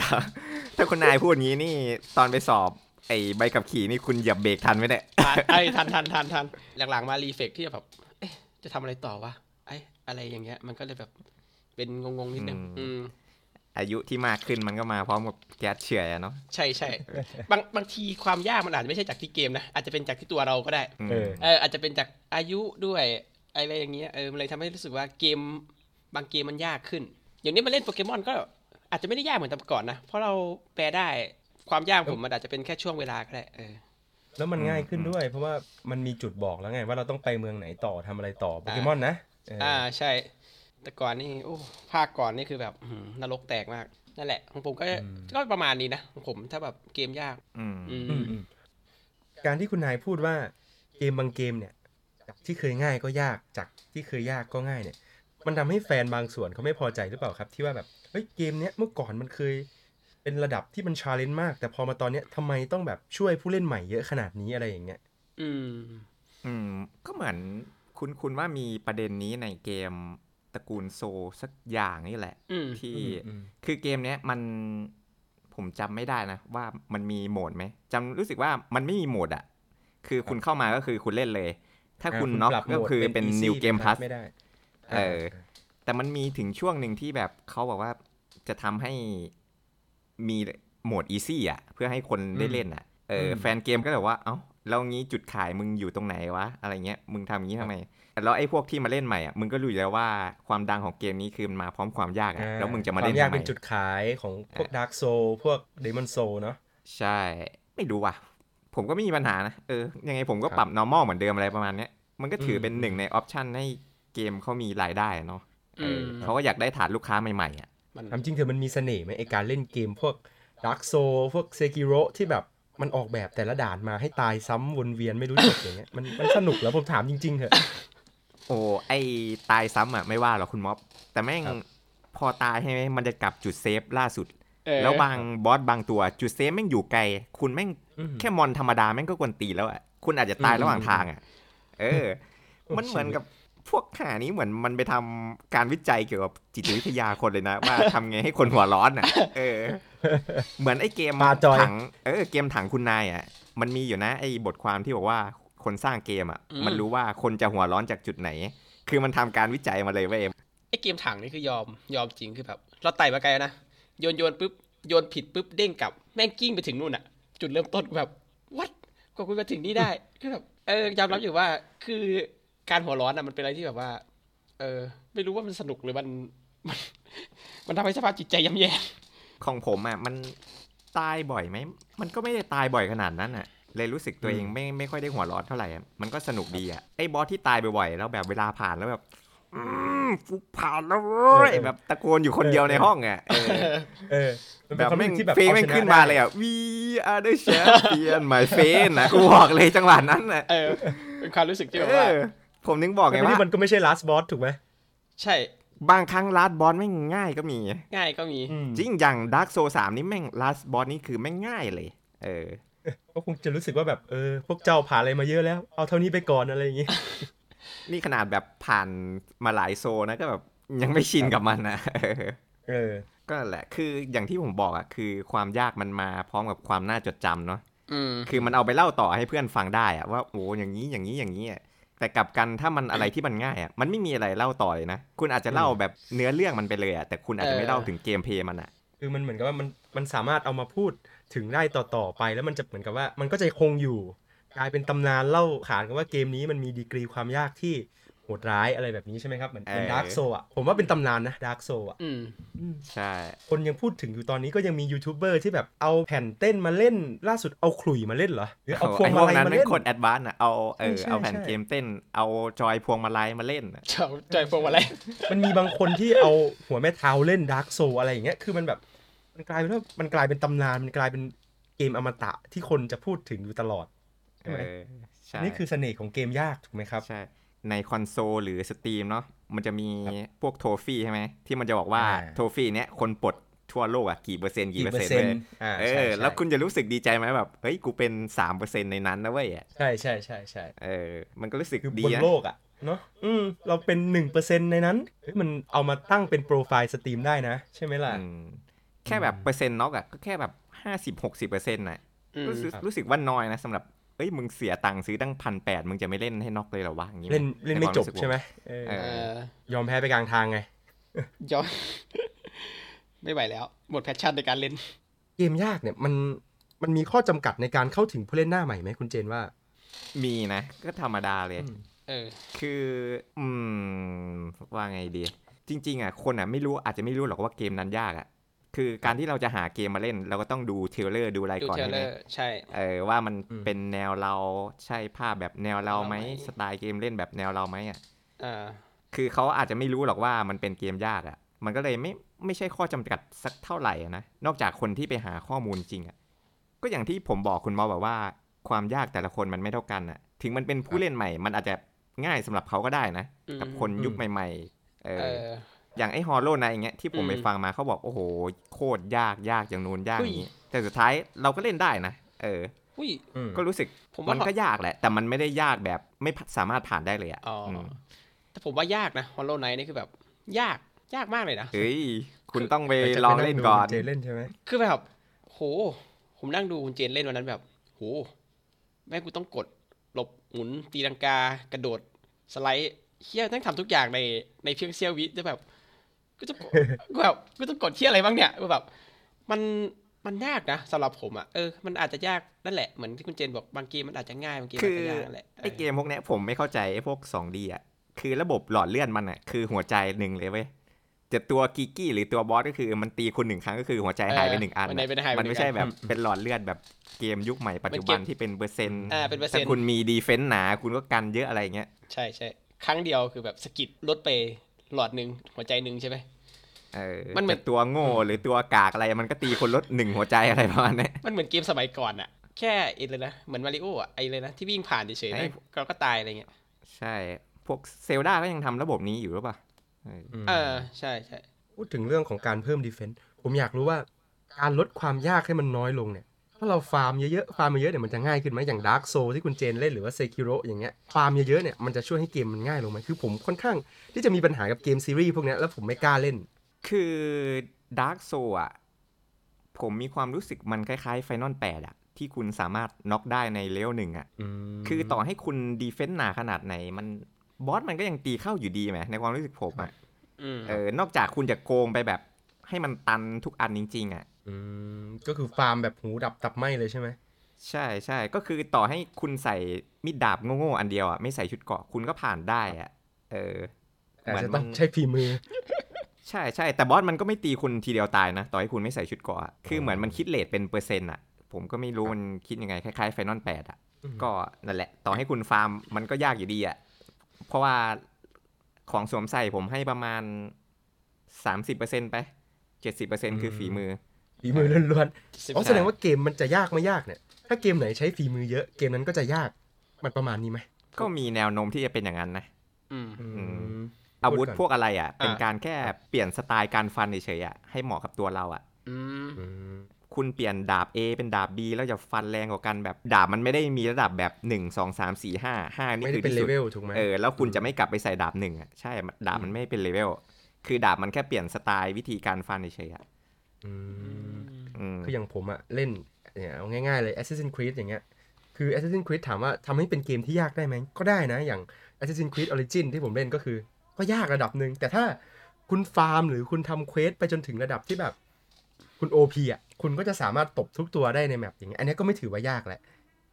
S3: ถ้าคุณนายพูดงี้นี่ตอนไปสอบ ไอ้ใบขับขี่นี่คุณเหยียบเบรกทันไหมเนี่ย
S2: ทันไอ้ยทันทันทันทันหลังๆมารีเฟกที่แบบเอ๊ะจะทำอะไรต่อวะไอ้อะไรอย่างเงี้ย มันก็เลยแบบเป็นงงๆนิดนึง
S3: อืม
S2: อืม
S3: อายุที่มากขึ้นมันก็มาพร้อมกับแก๊สเฉื่อยอะเนาะ
S2: ใช่ใช่บางบางทีความยากมันอาจจะไม่ใช่จากที่เกมนะอาจจะเป็นจากที่ตัวเราก็ได้
S3: ม
S1: เออ
S2: เอออาจจะเป็นจากอายุด้วยอะไรอย่างเงี้ยเออมันเลยทำให้รู้สึกว่าเกมบางเกมมันยากขึ้น อย่างนี้มาเล่นโปเกมอนก็อาจจะไม่ได้ยากเหมือนแต่ก่อนนะ เพราะเราแปลได้ ความยากผมมันอาจจะเป็นแค่ช่วงเวลาก็ได้เออ
S1: แล้วมันง่ายขึ้น
S3: อืม
S1: ด้วย เพราะว่ามันมีจุดบอกแล้วไง ว่าเราต้องไปเมืองไหนต่อทำอะไรต่อโปเกมอนนะเอออ
S2: อ่าใช่ แต่ก่อนนี่โอ้ภาคก่อนนี่คือแบบอื้อหือนรกแตกมาก นั่นแหละ ของผมก็ก็ประมาณนี้นะของผมถ้าแบบเกมยาก
S3: อืม
S2: อื
S1: อื
S2: ม
S1: มอืมการที่คุณนายพูดว่าเกมบางเกมเนี่ยจากที่เคยง่ายก็ยากจากที่เคยยากก็ง่ายเนี่ย มันทำให้แฟนบางส่วนเขาไม่พอใจหรือเปล่าครับ ที่ว่าแบบเฮ้ยเกมเนี้ยเมื่อก่อนมันเคย เป็นระดับที่มันชาเลนจ์มาก แต่พอมาตอนเนี้ยทำไมต้องแบบช่วยผู้เล่นใหม่เยอะขนาดนี้อะไรอย่างเงี้ย
S2: อืม
S3: อืมก็เหมือนคุณคุณว่ามีประเด็นนี้ในเกมตระกูลโซสักอย่างนี่แหละ
S2: อืม
S3: ที่
S1: อืมอืม
S3: คือเกมเนี้ยมันผมจำไม่ได้นะ ว่ามันมีโหมดไหมจำรู้สึกว่ามันไม่มีโหมดอะคือคุณเข้ามาก็คือคุณเล่นเลย ถ้า
S1: อ่
S3: คุณน็อก
S1: ปรับโหม
S3: ก็
S1: ด
S3: คือเป็น
S1: easy
S3: New Game Plus
S1: ไม่ได้
S3: เออ แต่มันมีถึงช่วงหนึ่งที่แบบเขาบอกว่าจะทำให้มีโหมดอีซี่อ่ะ เพื่อให้คนได้เล่นอ่ะเอออ
S1: ม
S3: แฟนเกมก็แบบว่า เอ้าแล้วงี้จุดขายมึงอยู่ตรงไหนวะ อะไรเงี้ย มึงทำอย่างงี้ทำไม แล้วไอ้พวกที่มาเล่นใหม่อ่ะ มึงก็รู้อยู่แล้วว่าความดังของเกมนี้คือมันมาพร้อมความยากอ่ะ
S1: า
S3: แล้วมึงจะมาเล่น
S1: ควายาก
S3: ทำไม
S1: เป็นจุดขายของพวกดาร์กโซพวกเดมอนโซเนาะ
S3: ใช่ ไม่รู้ว่ะ ผมก็ไม่มีปัญหานะ เออ ยังไงผมก็
S1: ครับ
S3: ปรับ normal เหมือนเดิมอะไรประมาณเนี้ย มันก็ถืออ
S1: ม
S3: เป็นหนึ่งในออปชันให้เกมเขามีรายได้อะเนาะเออ
S2: ม
S3: เขาก็อยากได้ฐานลูกค้าใหม่ๆอ่ะ
S2: มัน
S1: ทำจริงเถอะมันมีเสน่ห์ไหมไอการเล่นเกมพวกดาร์กโซพวกเซกิโรที่แบบมันออกแบบแต่ละด่านมาให้ตายซ้ำวนเวียนไม่รู้จบอย่างเงี้ยมันมันสนุกแล้วผมถามจริงๆเถอะ
S3: โอ้ไอตายซ้ำอ่ะไม่ว่าหรอกคุณม็อบ แต่แม่ง
S1: ครับ
S3: พอตายใช่ไหมมันจะกลับจุดเซฟล่าสุด
S2: เออ
S3: แล้วบางบอสบางตัวจุดเซฟแม่งอยู่ไกล คุณแม่ง
S1: อืม
S3: แค่มอนธรรมดาแม่งก็กวนตีนแล้วอ่ะคุณอาจจะตาย
S1: อืม
S3: ระหว่างทางอ่ะ เออ
S1: โอ้
S3: มันเหมือน
S1: ชีวิต
S3: กับพวกข่านี้เหมือนมันไปทำการวิจัยเกี่ยวกับจิตวิทยาคนเลยนะ ว่าทำไงให้คนหัวร้อนอ่ะ เอ อ เหมือนไอ้เกม
S1: ปาจอย
S3: ถังเออเกมถังคุณนายอ่ะ มันมีอยู่นะไอ้บทความที่บอกว่าคนสร้างเกมอ่ะ มันรู้ว่าคนจะหัวร้อนจากจุดไหน คือมันทำการวิจัยมาเลยเว้ย
S2: ไอเกมถังนี่คือยอมยอมจริงคือแบบ เราไต่มาไกลนะโยนโยนปุ๊บโยนผิดปุ๊บเด้งกลับแม่งกิ้งไปถึงนู่นอะจุดเริ่มต้นแบบวัดกว่าคุณมาถึงนี่ได้ คือแบบเออยอมรับอยู่ว่าคือการหัวร้อนอะมันเป็นอะไรที่แบบว่า เออ ไม่รู้ว่ามันสนุกหรือมัน มัน มันทำให้สภาพจิตใจย่ำแย่
S3: ของผมอ่ะมันตายบ่อยไหม มันก็ไม่ได้ตายบ่อยขนาดนั้นอ่ะ เลยรู้สึกตัวเอง
S1: อืม
S3: ไม่ไม่ค่อยได้หัวร้อนเท่าไหร่อะมันก็สนุกดีอ่ะไอ้บอสที่ตายบ่อยๆแล้วแบบเวลาผ่านแล้วแบบอืมกูผ่านแล้วเว้ยแบบตะโกนอยู่คนเดียวในห้องอ่ะเออ
S1: เออมันเป็น
S3: แบบ
S1: ความ
S3: แม่
S1: รู้
S3: ง
S1: สึกที่แบบ
S3: เฟซแม่งขึ้นมาเลยอ่ะ we are the champion my friend นะกูบอกเลยจังหวะนั้นน่ะ
S2: เออ เป็นความรู้สึกที่แบบ
S3: เอ
S2: ว่า
S3: อผมนึงบอกไง
S1: ไงว่า
S3: ว่า
S1: มันก็ไม่ใช่ลาสบอสถูกไหม
S2: ใช่
S3: บางครั้งลาดบอสแม่งง่ายก็มี
S2: ง่ายก็มี
S3: จริงอย่างดาร์กโซสามนี่แม่งลาดบอสนี่คือแม่งง่ายเลย เออ
S1: ก็คงจะรู้สึกว่าแบบเออพวกเจ้าผ่านอะไรมาเยอะแล้ว เอาเท่านี้ไปก่อนอะไรอย่างงี้
S3: นี่ขนาดแบบผ่านมาหลายโซนนะก็แบบยังไม่ชินกับมันนะ เออ
S1: เออ
S3: ก็นั่นแหละคืออย่างที่ผมบอกอะคือความยากมันมาพร้อมกับความน่าจดจำเนาะ
S2: อืม
S3: คือมันเอาไปเล่าต่อให้เพื่อนฟังได้อะว่าโอ้อย่างนี้อย่างนี้อย่างนี้อะแต่กลับกันถ้ามันอะไรที่มันง่ายอะมันไม่มีอะไรเล่าต่อเลยนะ คุณอาจจะเล่าแบบเนื้อเรื่องมันไปเลยอะแต่คุณอาจจะไม่เล่าถึงเกมเพลย์มันอะ
S1: คือมันเหมือนกับว่ามันมันสามารถเอามาพูดถึงได้ต่อๆไปแล้วมันจะเหมือนกับว่ามันก็จะคงอยู่ กลายเป็นตำนานเล่าขานกันว่าเกมนี้มันมีดีกรีความยากที่โหดร้ายอะไรแบบนี้ใช่ไหมครับเหมือนเป็นดาร์กโซอ่ะผมว่าเป็นตำนานนะดาร์กโซอ่ะ
S2: อืม
S3: ใช่
S1: คนยังพูดถึงอยู่ตอนนี้ก็ยังมียูทูบเบอร์ที่แบบเอาแผ่นเต้นมาเล่น ล่าสุดเอาขลุ่ยมาเล่นเหรอหรือเอาพวง
S3: ไอ้พ
S1: มาว
S3: ก
S1: ลัย
S3: นั้น
S1: มา
S3: แม่
S1: เล่
S3: ง
S1: น
S3: โคนแอดวานซ์อะเอาเออ
S1: ใช่ใช่
S3: เอาแผ่น
S1: ใช่
S3: เกมเต้น เอาจอยพวงมาลัยมาเล่นอะ
S2: ชอบใจพวงมาลัย
S1: มันมีบางคนที่เอาหัวแม่เท้าเล่นดาร์กโซอะไรอย่างเงี้ยคือมันแบบมันกลายเป็นว่ามันกลายเป็นตำนานมันกลายเป็นเกมอมตะที่คนจะพูดถึงอยู่ตลอดใช่ไหม
S3: เออใช่
S1: นี่คือเสน่ห์ของเกมยากถูกไหมครับ
S3: ใช่ ในคอนโซลหรือสตรีมเนาะมันจะมีพวกโทฟี่ใช่ไหม ที่มันจะบอกว่า
S1: อ่า
S3: โทฟี่เนี้ยคนปลดทั่วโลกอะกี่เปอร์เซ็นต์กี่เปอร์เซ็นต์เลย
S1: อ่า
S3: เอ
S1: ใช่
S3: อ
S1: ใช่
S3: แล้วคุณจะรู้สึกดีใจไหมแบบ เฮ้ย กูเป็นสามเปอร์เซ็นต์ในนั้นนะเว้ยอะ
S1: ใช่ใช่ใช่ใช่
S3: เออ มันก็รู้สึก
S1: คือบ
S3: ดี
S1: น
S3: นะ
S1: โลกอ่ะเนาะอืมเราเป็นหนึ่งเปอร์เซ็นในนั้นเฮ้ยมันเอามาตั้งเป็นโปรไฟล์สตรีมได้นะ ใช่ไหมล่ะ
S3: อืมแค่แบบเปอร์เซ็นต์น็อกอะก็แค่แบบห้าสิบหกสิบเปอร์เซ็นต์น่ะ
S2: อืม
S3: รู้สึก
S1: ครับ
S3: รู้สึกว่าน้อยนะสำหรับเอ้ยมึงเสียตังค์ซื้อตั้งพันแปดมึงจะไม่เล่นให้น็อกเลยเหรอวะอย่างงี้
S1: เล่นเล่นไม่
S3: ควา
S1: จบ
S3: รู้สึกผ
S1: ใช่ไหมเออ
S3: เอ
S2: เออย
S1: อมแพ้ไปกลางทางไง
S2: ยอม ไม่ไหวแล้ว หมดแพชชั่นในการเล่น
S1: เกมยากเนี่ยมันมันมีข้อจำกัดในการเข้าถึงผู้เล่นหน้าใหม่ไหมคุณเจนว่า
S3: มีนะก็ธรรมดาเลย
S1: อืม
S2: เออ
S3: คือ อืม ว่าไงดี จริง ๆ อ่ะ คนอ่ะไม่รู้อาจจะไม่รู้หรอกว่าเกมนั้นยากอ่ะ คือการที่เราจะหาเกมมาเล่น เราก็ต้องดูเทรลเลอร์ดูอะไร
S2: ดู
S3: ก่อน
S2: เทรล
S3: ใช่
S2: เลอร์ ใช่
S3: ไหมเออว่ามัน
S1: อืม
S3: เป็นแนวเราใช่ภาพแบบแนวเราไหม
S2: เราไหม
S3: สไตล์เกมเล่นแบบแนวเราไหมอ่ะ
S2: อ่า
S3: คือเขาอาจจะไม่รู้หรอกว่ามันเป็นเกมยากอ่ะ มันก็เลยไม่ไม่ใช่ข้อจำกัดสักเท่าไหร่อะนะนอกจากคนที่ไปหาข้อมูลจริงอ่ะก็อย่างที่ผมบอกคุณมอแบบว่าความยากแต่ละคนมันไม่เท่ากันอ่ะ ถึงมันเป็นผู้เล่นใหม่ มันอาจจะง่ายสำหรับเขาก็ได้นะ
S2: อืม
S3: กับคนยุคใหม่ ๆ เอ
S2: เอ
S3: อ
S2: อ
S3: อย่างไอ้ฮอลโลไนอย่างเงี้ยที่ผม
S2: อืม
S3: ไปฟังมาเขาบอกโอ้โหโคตรยากยากอย่างนู้นยาก
S2: อุ้
S3: อย ย่างนี้แต่สุดท้ายเราก็เล่นได้นะเออ
S2: อุ้ย
S1: อืม
S3: ก็รู้สึก
S2: ผม
S3: มั
S2: ว่าน ม
S3: ก็ยากแหละ แต่มันไม่ได้ยากแบบไม่สามารถผ่านได้เลยอ่ะ
S2: อ๋ออ
S3: ม
S2: แต่ผมว่ายากนะฮอลโลไนนี่คือแบบ ยากยากมากเลยนะ
S3: เฮ้ย คุณต้องไป
S1: ดี๋ยวจะ
S3: ลองเล่น
S1: ดู
S3: ก่อน
S1: เจเล่นใช่ไหม
S2: คือแบบ โห ผมนั่งดูคุณเจนเล่นวันนั้นแบบ โห แม่งกูต้องกด หลบหมุนตีลังกา กระโดด สไลด์เฮียต้องทำทุกอย่างในในเพียงเสี้ยววิจะแบบกูจะ กูแบบกูต้องกดเฮียอะไรบ้างเนี่ยกูแบบ มันมันยากนะสำหรับผมอะ่ะเออมันอาจจะยากนั่นแหละเหมือนที่คุณเจนบอกบางเกมมันอาจจะง่ายบางเกม
S3: คื
S2: อาจ
S3: อ
S2: จะยากนั่นแหละ
S3: ไอ้เกมพวกเนี้ยผมไม่เข้าใจไอ้พวก 2D อ่ะ คือระบบหลอดเลื่อนมันอ่ะ คือหัวใจหนึ่งเลยเว้ยจะตัวกิกกี้หรือตัวบอสก็คือมันตีคุณหนึ่งครั้งก็คือหัวใจหายไปหนึ่งอัน
S2: มั
S3: อะ
S2: นไม่ได้หายป
S3: มันไม่ใช่
S2: หงอั
S3: แบบเป็นหลอดเลือดแบบเกมยุคใหม่ปัจจุบันที่เป็นเปอร์เซ็นต์
S2: อ่าเป็นเปอร์เซ็นต์
S3: ถ้าคุณมีดีเฟนต์หนาคุณก็กันเยอะอะไรเงี้ย
S2: ใช่ใช่ครั้งเดียวคือแบบสะกิดลดไปหลอดหนึ่งหัวใจหนึ่งใช่ไหม
S3: เออ
S2: มันเหมือน
S3: แต่ตัวโง่หรือตัวกากอะไรมันก็ตีคนลดหนึ่งหัวใจอะไรประมาณเนี้ย
S2: มันเหมือนเกมสมัยก่อนอะแค่ไอ้เลยนะ เหมือนมาริโออะไอ้เลยนะ ที่วิ่งผ่านเฉยๆ
S3: ไอ้
S2: แล้วเราก็ตายอะไรเงี้ย
S3: ใช่ พวกเซลดาก็ยังทำระบบนี้อยู่หรือเปล่าเออ
S2: เออ ใช่ใช่
S1: พูดถึงเรื่องของการเพิ่มดีเฟน s ์ผมอยากรู้ว่าการลดความยากให้มันน้อยลงเนี่ย ถ้าเราฟาร์มเยอะๆ ฟาร์มเยอะๆเนี่ยมันจะง่ายขึ้นไหมอย่างดาร์กโซที่คุณเจนเล่นหรือว่าเซคิโรอย่างเงี้ย ฟาร์มเยอะๆเนี่ยมันจะช่วยให้เกมมันง่ายลงไหมคือผมค่อนข้างที่จะมีปัญหากับเกมซีรีส์พวกเนี้ยแล้วผมไม่กล้าเล่น
S3: คือดาร์กโซอ่ะ ผมมีความรู้สึกมันคล้ายๆไฟนอลแปดอ่ะ ที่คุณสามารถน็อกได้ในเลเวลหนึ่งอ่ะ คือต่อให้คุณดีเฟนต์หนาขนาดไหน มันบอสมันก็ยังตีเข้าอยู่ดีไหมในความรู้สึกผมอ่ะ
S2: อืม
S3: เออนอกจากคุณจะโกงไปแบบให้มันตันทุกอันจริงๆอ่ะ
S1: อืมก็คือฟาร์มแบบหูดับตับไหมเลยใช่ไหม
S3: ใช่ใช่ก็คือต่อให้คุณใส่มีดดาบโง่ๆอันเดียวอ่ะไม่ใส่ชุดเกราะคุณก็ผ่านได้อ่ะ เออ
S1: แต่
S3: เหมือน
S1: จะ
S3: มั
S1: ต้อน งใช้ฝีมือ
S3: ใช่ใช่แต่บอสมันก็ไม่ตีคุณทีเดียวตายนะ ต่อให้คุณไม่ใส่ชุดเกราะอะคือเหมือนมันคิดเลทเป็นเปอร์เซ็นต์อ่ะ ผมก็ไม่รู้มันคิดยังไงคล้ายๆไฟนอลแปดอ่ะ
S1: อืม
S3: ก็นั่นแหละ ต่อให้คุณฟาร์มมันก็ยากอยู่ดีอ่ะ เพราะว่าของสวมใส่ผมให้ประมาณสามสิบเปอร์เซ็นต์ไปเจ็ดสิบเปอร์เซ็นต์คือฝีมือ
S1: ฝีมือล้วน
S2: สิบ
S1: ๆอ๋อแสดงว่าเกมมันจะยากไม่ยากเนี่ย ถ้าเกมไหนใช้ฝีมือเยอะเกมนั้นก็จะยาก มันประมาณนี้ไหม
S3: ก็มีแนวโน้มที่จะเป็นอย่างนั้นนะ
S2: อืม
S1: อืม
S3: อาวุธพวกอะไรอ่ะ เป็น
S2: อ่า
S3: การแค่เปลี่ยนสไตล์การฟันเฉยๆอ่ะให้เหมาะกับตัวเราอ่ะ
S2: อืม
S1: อืม
S3: คุณเปลี่ยนดาบ A เป็นดาบ B แล้วจะฟันแรงกว่ากันแบบ ดาบมันไม่ได้มีระดับแบบ 1 2 3 4 5 5 นี่
S1: ไม่
S3: คื
S1: ได้
S3: อ
S1: เป็น
S3: ที่
S1: เลเว
S3: สุด
S1: ลถูกไหม
S3: เออแล้วคุณจะไม่กลับไปใส่ดาบหนึ่งอ่ะใช่มันดาบมันไม่เป็นเลเวลคือดาบมันแค่เปลี่ยนสไตล์วิธีการฟันเฉยๆอ่ะอืม
S1: คืออย่างผมอะเล่นเนี่ยเอาง่ายๆเลย Assassin's Creed อย่างเงี้ยคือ Assassin's Creed ถามว่าทำให้เป็นเกมที่ยากได้ไหมก็ได้นะ อย่าง Assassin's Creed Origin ที่ผมเล่นก็คือ ก็ยากระดับหนึ่ง แต่ถ้าคุณฟาร์มหรือคุณทำเควสไปจนถึงระดับที่แบบคุณ OP อะคุณก็จะสามารถตบทุกตัวได้ในแมปอย่างเงี้ยอันเนี้ยก็ไม่ถือว่ายากแหละ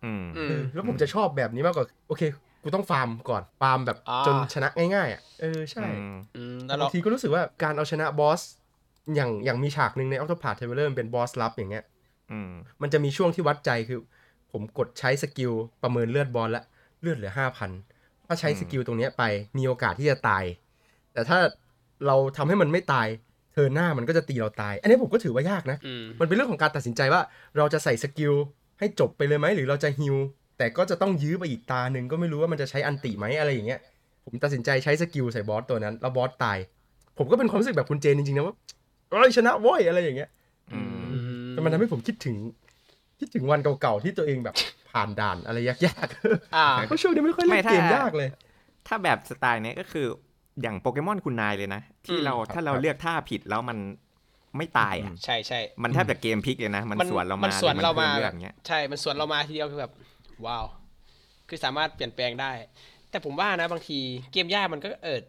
S3: อืม
S2: อื
S1: เอ
S2: ม
S1: อแล้วผมจะชอบแบบนี้มากกว่า โอเค กูต้องฟาร์มก่อนฟาร์มแบบ
S2: อ่า
S1: จนชนะง่ายๆอะเออใช่
S3: อืม
S2: อืมแล้วเรา
S1: บางทีก็รู้สึกว่าการเอาชนะบอสอย่างอย่างมีฉากหนึ่งในออโตพาร์ทเทเวลเลอร์เป็นบอสลับอย่างเงี้ย
S3: อืม
S1: มันจะมีช่วงที่วัดใจคือ ผมกดใช้สกิลประเมินเลือดบอลละเลือดเหลือห้าพันถ้าใช้สกิลตรงเนี้ยไปมีโอกาสที่จะตาย แต่ถ้าเราทำให้มันไม่ตายเธอหน้ามันก็จะตีเราตาย อันนี้ผมก็ถือว่ายากนะ
S2: อืม
S1: มันเป็นเรื่องของการตัดสินใจว่าเราจะใส่สกิลให้จบไปเลยไหมหรือเราจะฮิวแต่ก็จะต้องยื้อไปอีกตาหนึ่งก็ไม่รู้ว่ามันจะใช้อันติไหมอะไรอย่างเงี้ยผมตัดสินใจใช้สกิลใส่บอสตัวนั้นแล้วบอสตาย ผมก็เป็นความรู้สึกแบบคุณเจนจริงๆนะว่าเอ้ยชนะเว้ยอะไรอย่างเงี้ย
S3: อืม
S1: แต่มันทำให้ผมคิดถึง คิดถึงวันเก่าๆ ที่ตัวเองแบบผ่านด่านอะไรยาก
S2: อ่า
S1: ๆ ก็ช่วงนี้ไม่ค่อยเล่นเกมยากเลย
S3: ถ้าแบบสไตล์เนี้ยก็คืออย่างโปเกมอนคุณนายเลยนะ ที่
S2: อืม
S3: เรา
S1: ครับ
S3: ถ้าเรา
S1: ครับ
S3: เลือกท่าผิดแล้วมันไม่ตายอ่ะ
S2: ใช่ใช่
S3: มันแทบจะเกมพลิกเลยนะ มันสวนเรามาน
S2: สวนเรามา
S3: แบ
S2: แบบ บ
S3: เนี้ย
S2: ใช่ มันสวนเรามาทีเดียวคือแบบ ว้าว คือสามารถเปลี่ยนแปลงได้ แต่ผมว่านะบางทีเกมยากมันก็เอิด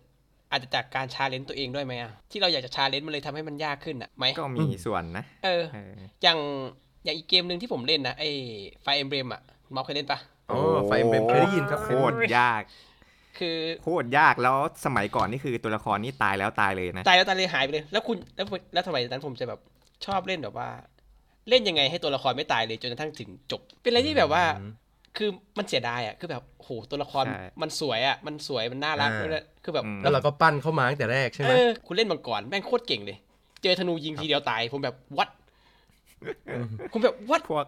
S2: อาจจะจากการชาเลนจ์ตัวเองด้วยไหมอะที่เราอยากจะชาเลนจ์มันเลยทำให้มันยากขึ้นอะไหม
S3: ก็มีส่วนนะ
S2: เออ
S3: เออ
S2: อย่างอย่างอีกเกมหนึ่งที่ผมเล่นนะไอ้ไฟเอ็มเบรมอะม็อบเคยเล่นปะ
S1: อ๋อ Fire Emblem เคยได้ยินครับ
S3: โคตรยาก
S2: คือ
S3: โคตรยากแล้วสมัยก่อนนี่คือตัวละครนี่ตายแล้วตายเลยนะ
S2: ตายแล้วตายเลยหายไปเลย แล้วคุณแล้วแล้วทำไมตอนนั้นผมจะแบบ ชอบเล่นแบบว่า เล่นยังไงให้ตัวละครไม่ตายเลยจนกระทั่งถึงจบ เป็นอะไรที่แบบว่า คือมันเสียดายอ่ะคือแบบโหตัวละคร
S3: ใช่
S2: มันสวยอ่ะมันสวยมันน่ารัก
S1: อ่า
S2: ด้วยคือแบบ
S3: อืม
S1: แล้วเราก็ปั้นเข้ามาตั้งแต่แรกใช่ไหม
S2: เออคุณเล่นมังกรแม่งโคตรเก่งเลย เจอธนูยิงทีเดียวตาย ผมแบบวัดผมแบบวัด
S3: พวก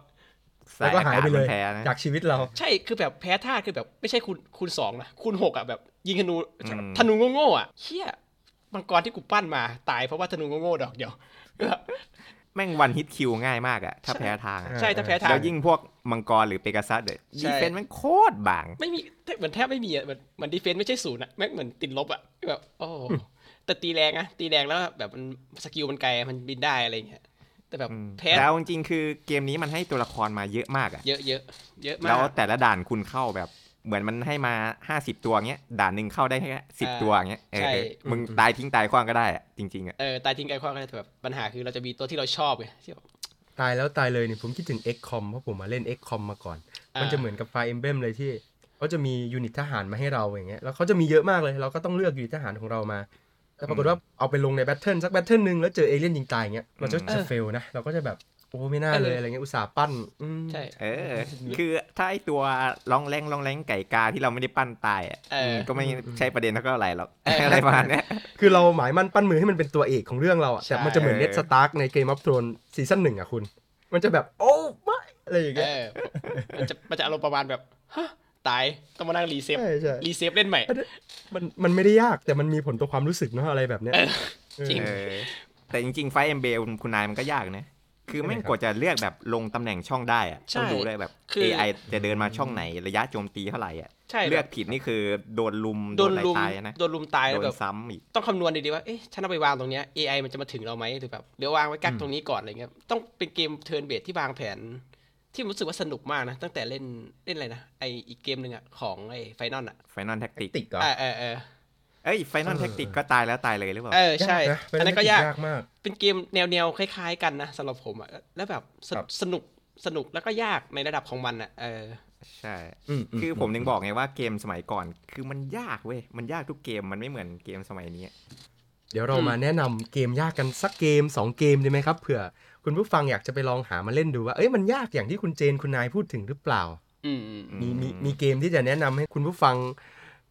S3: ส
S1: แล้วก็หายไปเลย
S3: อศมันแพ้นะ
S1: จากชีวิตเรา
S2: ใช่คือแบบแพ้ท่าคือแบบ ไม่ใช่คูณคูณสองนะคูณหกอ่ะแบบ ยิงธนู
S3: อืม
S2: ธนูโง่ๆอ่ะเฮียมังกรที่กูปั้นมาตายเพราะว่าธนูโง่ๆดอกเดียว
S3: แม่งวันฮิตคิวง่ายมากอะถ้า
S2: ใช่
S3: แพ้ทางอะ
S2: ใช่ถ้าแพ้ทา
S3: แล้
S2: ง
S3: วยิ่งพวกมังกรหรือเปกาซัสเด็ด
S2: ใช่
S3: ดีเฟนต์แม่งโคตรบาง
S2: ไม่มีแต่เหมือนแทบไม่มีอ่ะเหมือนเหมือนดีเฟนต์ไม่ใช่ศูนย์อ่ะแม่งเหมือนติดลบอ่ะแบบโอ้โหแต่ตีแรงนะตีแรงแล้วแบบมันสกิลมันไกลมันบินได้อะไรอย่างเงี้ยแต่แบบแพ้
S3: แต่เอาจริงๆคือเกมนี้มันให้ตัวละครมาเยอะมากอะ
S2: เยอะเยอะเยอะมา
S3: แล้ว
S2: ก
S3: แต่ละด่านคุณเข้าแบบ เหมือนมันให้มา 50 ตัวเงี้ย ด่านหนึ่งเข้าได้แค่สิบ
S2: อ่า
S3: ตัวเงี้ยเออ
S2: ใช่
S3: เออมึง
S1: อืม
S3: ตายทิ้งตายคว้างก็ได้อะจริงๆอะ
S2: เออตายทิ้งไกลความกันแต่แบบปัญหาคือเราจะมีตัวที่เราชอบไงที่แบบ
S1: ตายแล้วตายเลยเนี่ยผมคิดถึง XCOM เพราะผมมาเล่น XCOM มาก่อน
S2: อ่ามั
S1: มันจะเหมือนกับ Fire Emblem เลยที่เขาจะมียูนิตทหารมาให้เราอย่างเงี้ยแล้วเขาจะมีเยอะมากเลย เราก็ต้องเลือกยูนิตทหารของเรามาแต่ปรากฏว่าเอาไปลงในแบทเทิลสักแบทเทิลหนึ่งแล้วเจอเอเลี่ยนยิงตายอย่างเงี้ยเราจะจะเฟลนะเราก็จะแบบโอ้ไม่น่าเลยอะไรเงี้ยอุตส่าห์ปั้นอืม
S2: ใช่
S3: เออ คือถ้าไอตัวร้องแรงร้องแรงไก่กาที่เราไม่ได้ปั้นตายอะ
S2: เออ
S3: มันก็ไม่ใช่ประเด็นเท่าไหร่หรอก
S2: เอออ
S3: อะไรประมาณเนี้ย
S1: คือเราหมายมั่นปั้นมือให้มันเป็นตัวเอกของเรื่องเราอะแต่มันจะเหมือน
S3: ใช่
S1: เน d สตาร์กในเกมออฟทรอนซีซั่นหนึ่งอะคุณ มันจะแบบ โอ้ไม่อะไรอย่าง
S2: เอ
S1: เงี้ย
S2: อมันจะมันจะอารมณ์ประมาณแบบฮะตายต้องมานั่งรีเซฟ
S1: ใช่ใช่
S2: รีเซฟเล่นใหม่
S1: มันมันไม่ได้ยากแต่มันมีผลต่อความรู้สึกเนาะอะไรแบบเนี้ย
S2: จริง
S3: เออแต่จริงๆ ไฟเอ็มเบลคุณนายมันก็ยากนะ คือแม่ง
S1: ใช่ครับ
S3: กว่าจะเลือกแบบลงตำแหน่งช่องได้อะ
S2: ใช่
S3: ต้องดูด้วยแบบ
S2: คือ
S3: AI จะเดินมาช่องไหนระยะโจมตีเท่าไหร่อ่ะ
S2: ใช่
S3: เลือก
S2: แบบ
S3: ผิดนี่คือโดนลุม
S2: โดนลุม
S3: อะไรตายนะ
S2: โดนลุมตายแล้ว
S3: โด
S2: แบ
S3: น
S2: บ
S3: ซ้ำอีก
S2: ต้องคำนวณดีๆว่า เอ๊ะ ฉันเอาไปวางตรงเนี้ย AI มันจะมาถึงเราไหมหรือแบบเดี๋ยววางไว้กัก
S1: อืม
S2: ตรงนี้ก่อนอะไรเงี้ย ต้องเป็นเกมเทิร์นเบสที่วางแผน ที่รู้สึกว่าสนุกมากนะ ตั้งแต่เล่นเล่นอะไรนะ ไออีกเกมหนึ่งอะของไอไฟนอลอะ
S3: Final Tactic
S1: ติดก่อ
S2: เออเออเออ
S3: เอ้ย Final
S1: เออ
S3: Tactic ก็ตายแล้วตายเลยหรือเปล่า
S2: เออ ใช่
S1: ยากนะ
S2: อันนั้นก็
S1: เป็
S2: ยาก
S1: ยากมาก
S2: เป็นเกมแนวๆ คล้ายๆ กันนะสำหรับผมอะแล้วแบบส
S1: ครั
S2: นุ
S1: บ
S2: กสนุกสนุกแล้วก็ยากในระดับของมันอะเออ
S3: ใช่
S1: อืๆ
S3: คือผมถึงบอกไงว่าเกมสมัยก่อน คือมันยากเว้ย มันยากทุกเกมมันไม่เหมือนเกมสมัยนี้
S1: เดี๋ยวเรามาแนะนำเกมยากกันสักเกม 2 เกมได้ไหมครับเผื่อคุณผู้ฟังอยากจะไปลองหามาเล่นดูว่าเอ้ยมันยากอย่างที่คุณเจนคุณนายพูดถึงหรือเปล่า
S2: อืมอืม
S1: มีมีมีเกมที่จะแนะนำให้คุณผู้ฟัง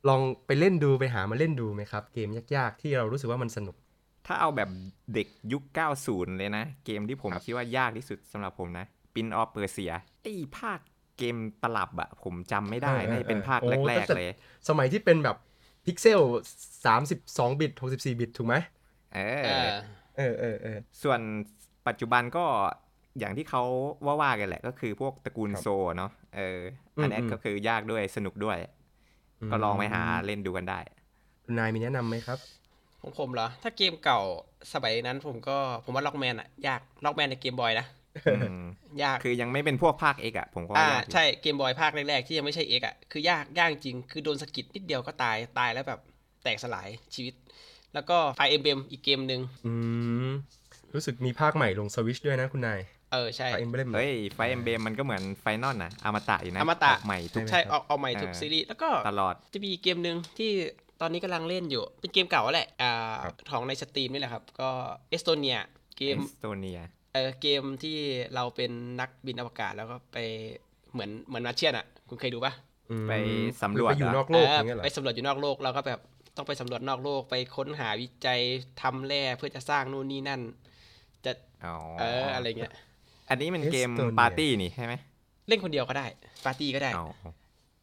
S1: ลองไปเล่นดูไปหามาเล่นดูไหมครับ เกมยากๆ ที่เรารู้สึกว่ามันสนุก
S3: ถ้าเอาแบบเด็กยุค 90 เลยนะ เกมที่ผมคิดว่ายากที่สุดสำหรับผมนะปินออฟเปอร์เซียไอ้ภาคเกมตลับอะผมจำไม่ได้
S1: เออเออ
S3: น่าจะเป็นภาค
S1: เออ
S3: แรก
S1: โอ้
S3: ๆเลย
S1: สมัยที่เป็นแบบพิกเซล 32 บิต 64 บิต ถูกไหม
S3: เออ
S1: เออเออเออ
S3: ส่วนปัจจุบันก็อย่างที่เขาว่าว่าๆกันแหละ ก็คือพวกตระกูล
S1: ครับ
S3: โซเนาะเอออันนี้
S1: อืม
S3: ก็คือยากด้วยสนุกด้วย ก็ลองไปหาเล่นดูกันได้
S1: คุณนายมีแนะนำไหมครับ
S2: ของผมเหรอ ถ้าเกมเก่าสมัยนั้นผมก็ผมว่าล็อกแมนอะยากล็อกแมนในเกมบอยนะ
S3: อืม
S2: ยาก
S3: คือยังไม่เป็นพวกภาคเอกอะผมก็
S2: อ่าย
S3: ว่าากอยู่
S2: ใช่เกมบอยภาคแรก ๆ ที่ยังไม่ใช่เอ็กอ่ะคือยากยากจริง คือโดนสะกิดนิดเดียวก็ตายตายแล้วแบบแตกสลายชีวิต แล้วก็ไฟเอ็มเบมอีกเกมหนึ่ง
S1: อืม รู้สึกมีภาคใหม่ลงสวิชด้วยนะคุณนาย
S2: เออใช่
S1: ไฟเอ็มเบลม
S3: เฮ้ยไฟเอ็มเบมมันก็เหมือนไฟนอลนะอมตะอยู่นะ
S2: อมตะ
S3: กใหม่ทุก
S2: ใช่ออกเอาใหม่ทุก
S3: เออ
S2: ซีรีส์แล้วก็
S3: ตลอด
S2: จะมีอีกเกมหนึ่งที่ตอนนี้กำลังเล่นอยู่ เป็นเกมเก่าแหละอ่า
S1: ครับ
S2: ของในสตรีมนี่แหละครับ ก็เอสโตเนียเกม
S3: เอสโตเนีย
S2: เออเกมที่เราเป็นนักบินอวกาศแล้วก็ไปเหมือนเหมือนมาเชียนอ่ะ คุณเคยดูปะ
S3: ไปสำรวจ
S1: ไปอยู่
S3: เหรอ
S1: นอกโลก
S2: เอ
S1: อ
S2: อย่าง
S1: เงี้ยเหรอ
S2: ไปสำรวจอยู่นอกโลกเราก็แบบต้องไปสำรวจนอกโลกไปค้นหาวิจัยทำแร่เพื่อจะสร้างนู่นนี่นั่น จะ
S3: อ๋อ
S2: เอออะไรเงี้ย
S3: อันนี้มันเกม
S1: Estonia
S3: ปาร์ตี้นี่ใช่ไหม
S2: เล่นคนเดียวก็ได้ปาร์ตี้ก็ได้
S3: อ๋อ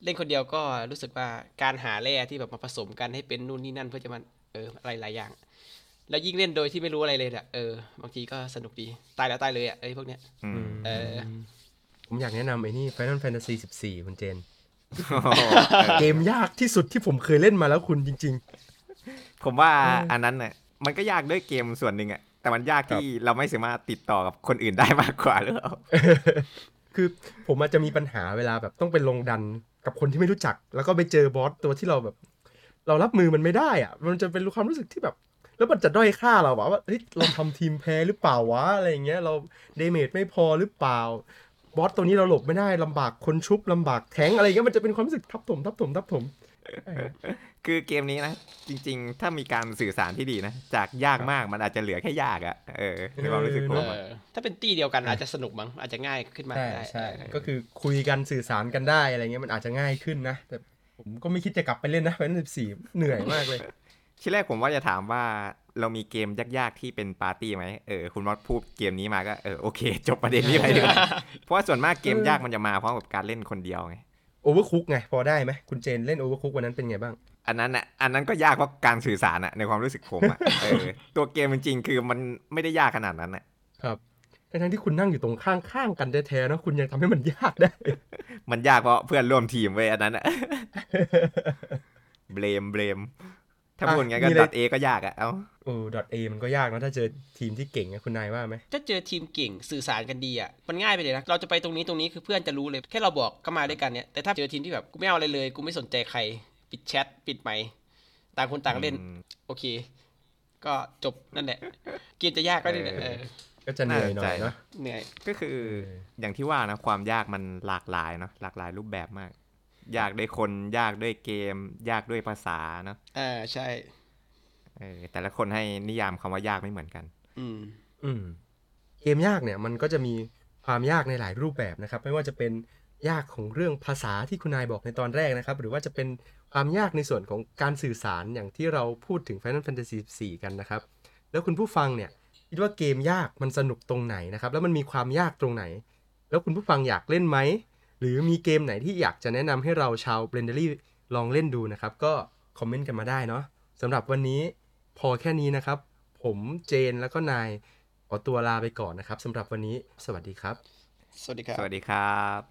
S2: เล่นคนเดียวก็รู้สึกว่าการหาแร่ที่แบบมาผสมกันให้เป็นนู่นนี่นั่นเพื่อจะมันเอออะไรหลายอย่าง แล้วยิ่งเล่นโดยที่ไม่รู้อะไรเลยอะเออบางทีก็สนุกดีตายแล้วตายเลยอะไอ้พวกเนี้ย
S3: อืม
S2: เออ
S1: ผมอยากแนะนำไอ้นี่ Final Fantasy 14 คุณเจน
S3: โอ้โห
S1: เกมยากที่สุดที่ผมเคยเล่นมาแล้วคุณจริง
S3: ผมว่าอันนั้นน่ะมันก็ยากด้วยเกมส่วนหนึ่งอะแต่มันยากที่เราไม่สามารถติดต่อกับคนอื่นได้มากกว่าหรือเปล่า
S1: ๆ คือผมอาจจะมีปัญหาเวลาแบบต้องไปลงดันกับคนที่ไม่รู้จัก แล้วก็ไปเจอบอสตัวที่เราแบบ เรารับมือมันไม่ได้อะมันจะเป็นความรู้สึกที่แบบ แล้วมันจะด้อยค่าเราวะว่าเฮ้ยเราทำทีมแพ้หรือเปล่าวะอะไรอย่างเงี้ยเราเดเมจไม่พอหรือเปล่า บอสตัวนี้เราหลบไม่ได้ลำบากคนชุบลำบากแทงอะไรเงี้ยมันจะเป็นความรู้สึกทับถมทับถมทับถม
S3: คือเกมนี้นะ จริง ๆ ถ้ามีการสื่อสารที่ดีนะ จากยากมากมันอาจจะเหลือแค่ยากอะเออในความรู้สึกผม
S2: เอ
S3: อะ
S2: อถ้าเป็นตี้เดียวกันอาจจะสนุกมั้งอาจจะง่ายขึ้นมา
S1: ใช่
S2: ได้
S1: ใช่ก็คือคุยกันสื่อสารกันได้อะไรเงี้ยมันอาจจะง่ายขึ้นนะ แต่ผมก็ไม่คิดจะกลับไปเล่นนะเพราะนั่นสิบสี่เหนื่อยมากเลย
S3: ที่แรกผมว่าจะถามว่าเรามีเกมยากๆที่เป็นปาร์ตี้ไหมเออคุณมอสพูดเกมนี้มาก็เออโอเค จบประเด็นนี้ไปดีก ว่าเพราะว่าส่วนมากเกมยากมันจะมาพร้อมกับการเล่นคนเดียวไง
S1: โอเวอร์คุกไง พอได้ไหมคุณเจนเล่นโอเวอร์คุกวันนั้นเป็นไงบ้าง
S3: อันนั้นอ่ะ อันนั้นก็ยากเพราะการสื่อสารอ่ะในความรู้สึกผมอ่ะ เออ ตัวเกมจริงๆคือมันไม่ได้ยากขนาดนั้นอ่ะ
S1: ครับทั้งๆที่คุณนั่งอยู่ตรงข้างข้างๆกันแท้ๆนะคุณยังทำให้มันยากได้
S3: มันยากเพราะเพื่อนร่วมทีมเว้ยอันนั้นอ่ะ เบลมเบลม ถ้า
S1: อ่ะ
S3: พูดงั้นก็
S1: มีอะไร
S3: ดัดเอก็ยากอ่ะ เอ้า
S1: โอ้ดอทเอมันก็ยากนะถ้าเจอทีมที่เก่งนะคุณนายว่าไหม
S2: ถ้าเจอทีมเก่งสื่อสารกันดีอ่ะมันง่ายไปเลยนะเราจะไปตรงนี้ตรงนี้คือเพื่อนจะรู้เลยแค่เราบอกก็มาด้วยกันเนี่ยแต่ถ้าเจอทีมที่แบบกูไม่เอาอะไรเลยกูไม่สนใจใคร ปิดแชทปิดไมค์ต่างคนต่างเล่น
S3: อืม
S2: โอเค ก็จบนั่นแหละเกมจะยากก็ได้แหละเออ
S1: ก็จะเหนื่อยหน่อย
S3: น่าสนใจ
S1: เนาะ
S3: นะ
S2: เหนื่อย
S3: ก็คืออย่างที่ว่านะความยากมันหลากหลายเนาะหลากหลายรูปแบบมาก ยากด้วยคนยากด้วยเกม ยากด้วยภาษาเนาะ
S2: อ่าใช่
S3: เออแต่ละคนให้นิยามคำว่ายากไม่เหมือนกัน
S2: อืม
S1: อืมเกมยากเนี่ยมันก็จะมีความยากในหลายรูปแบบนะครับ ไม่ว่าจะเป็นยากของเรื่องภาษาที่คุณนายบอกในตอนแรกนะครับ หรือว่าจะเป็นความยากในส่วนของการสื่อสารอย่างที่เราพูดถึง Final Fantasy 14 กันนะครับ แล้วคุณผู้ฟังเนี่ยคิดว่าเกมยากมันสนุกตรงไหนนะครับ แล้วมันมีความยากตรงไหน แล้วคุณผู้ฟังอยากเล่นไหม หรือมีเกมไหนที่อยากจะแนะนำให้เราชาวเบ l นเดอรี่ลองเล่นดูนะครับ ก็คอมเมนต์กันมาได้เนาะสำหรับวันนี้พอแค่นี้นะครับ ผมเจนแล้วก็นาย ขอตัวลาไปก่อนนะครับสำหรับวันนี้ สวัสดีครับ
S2: สวัสดีครับ
S3: สวัสดีครับ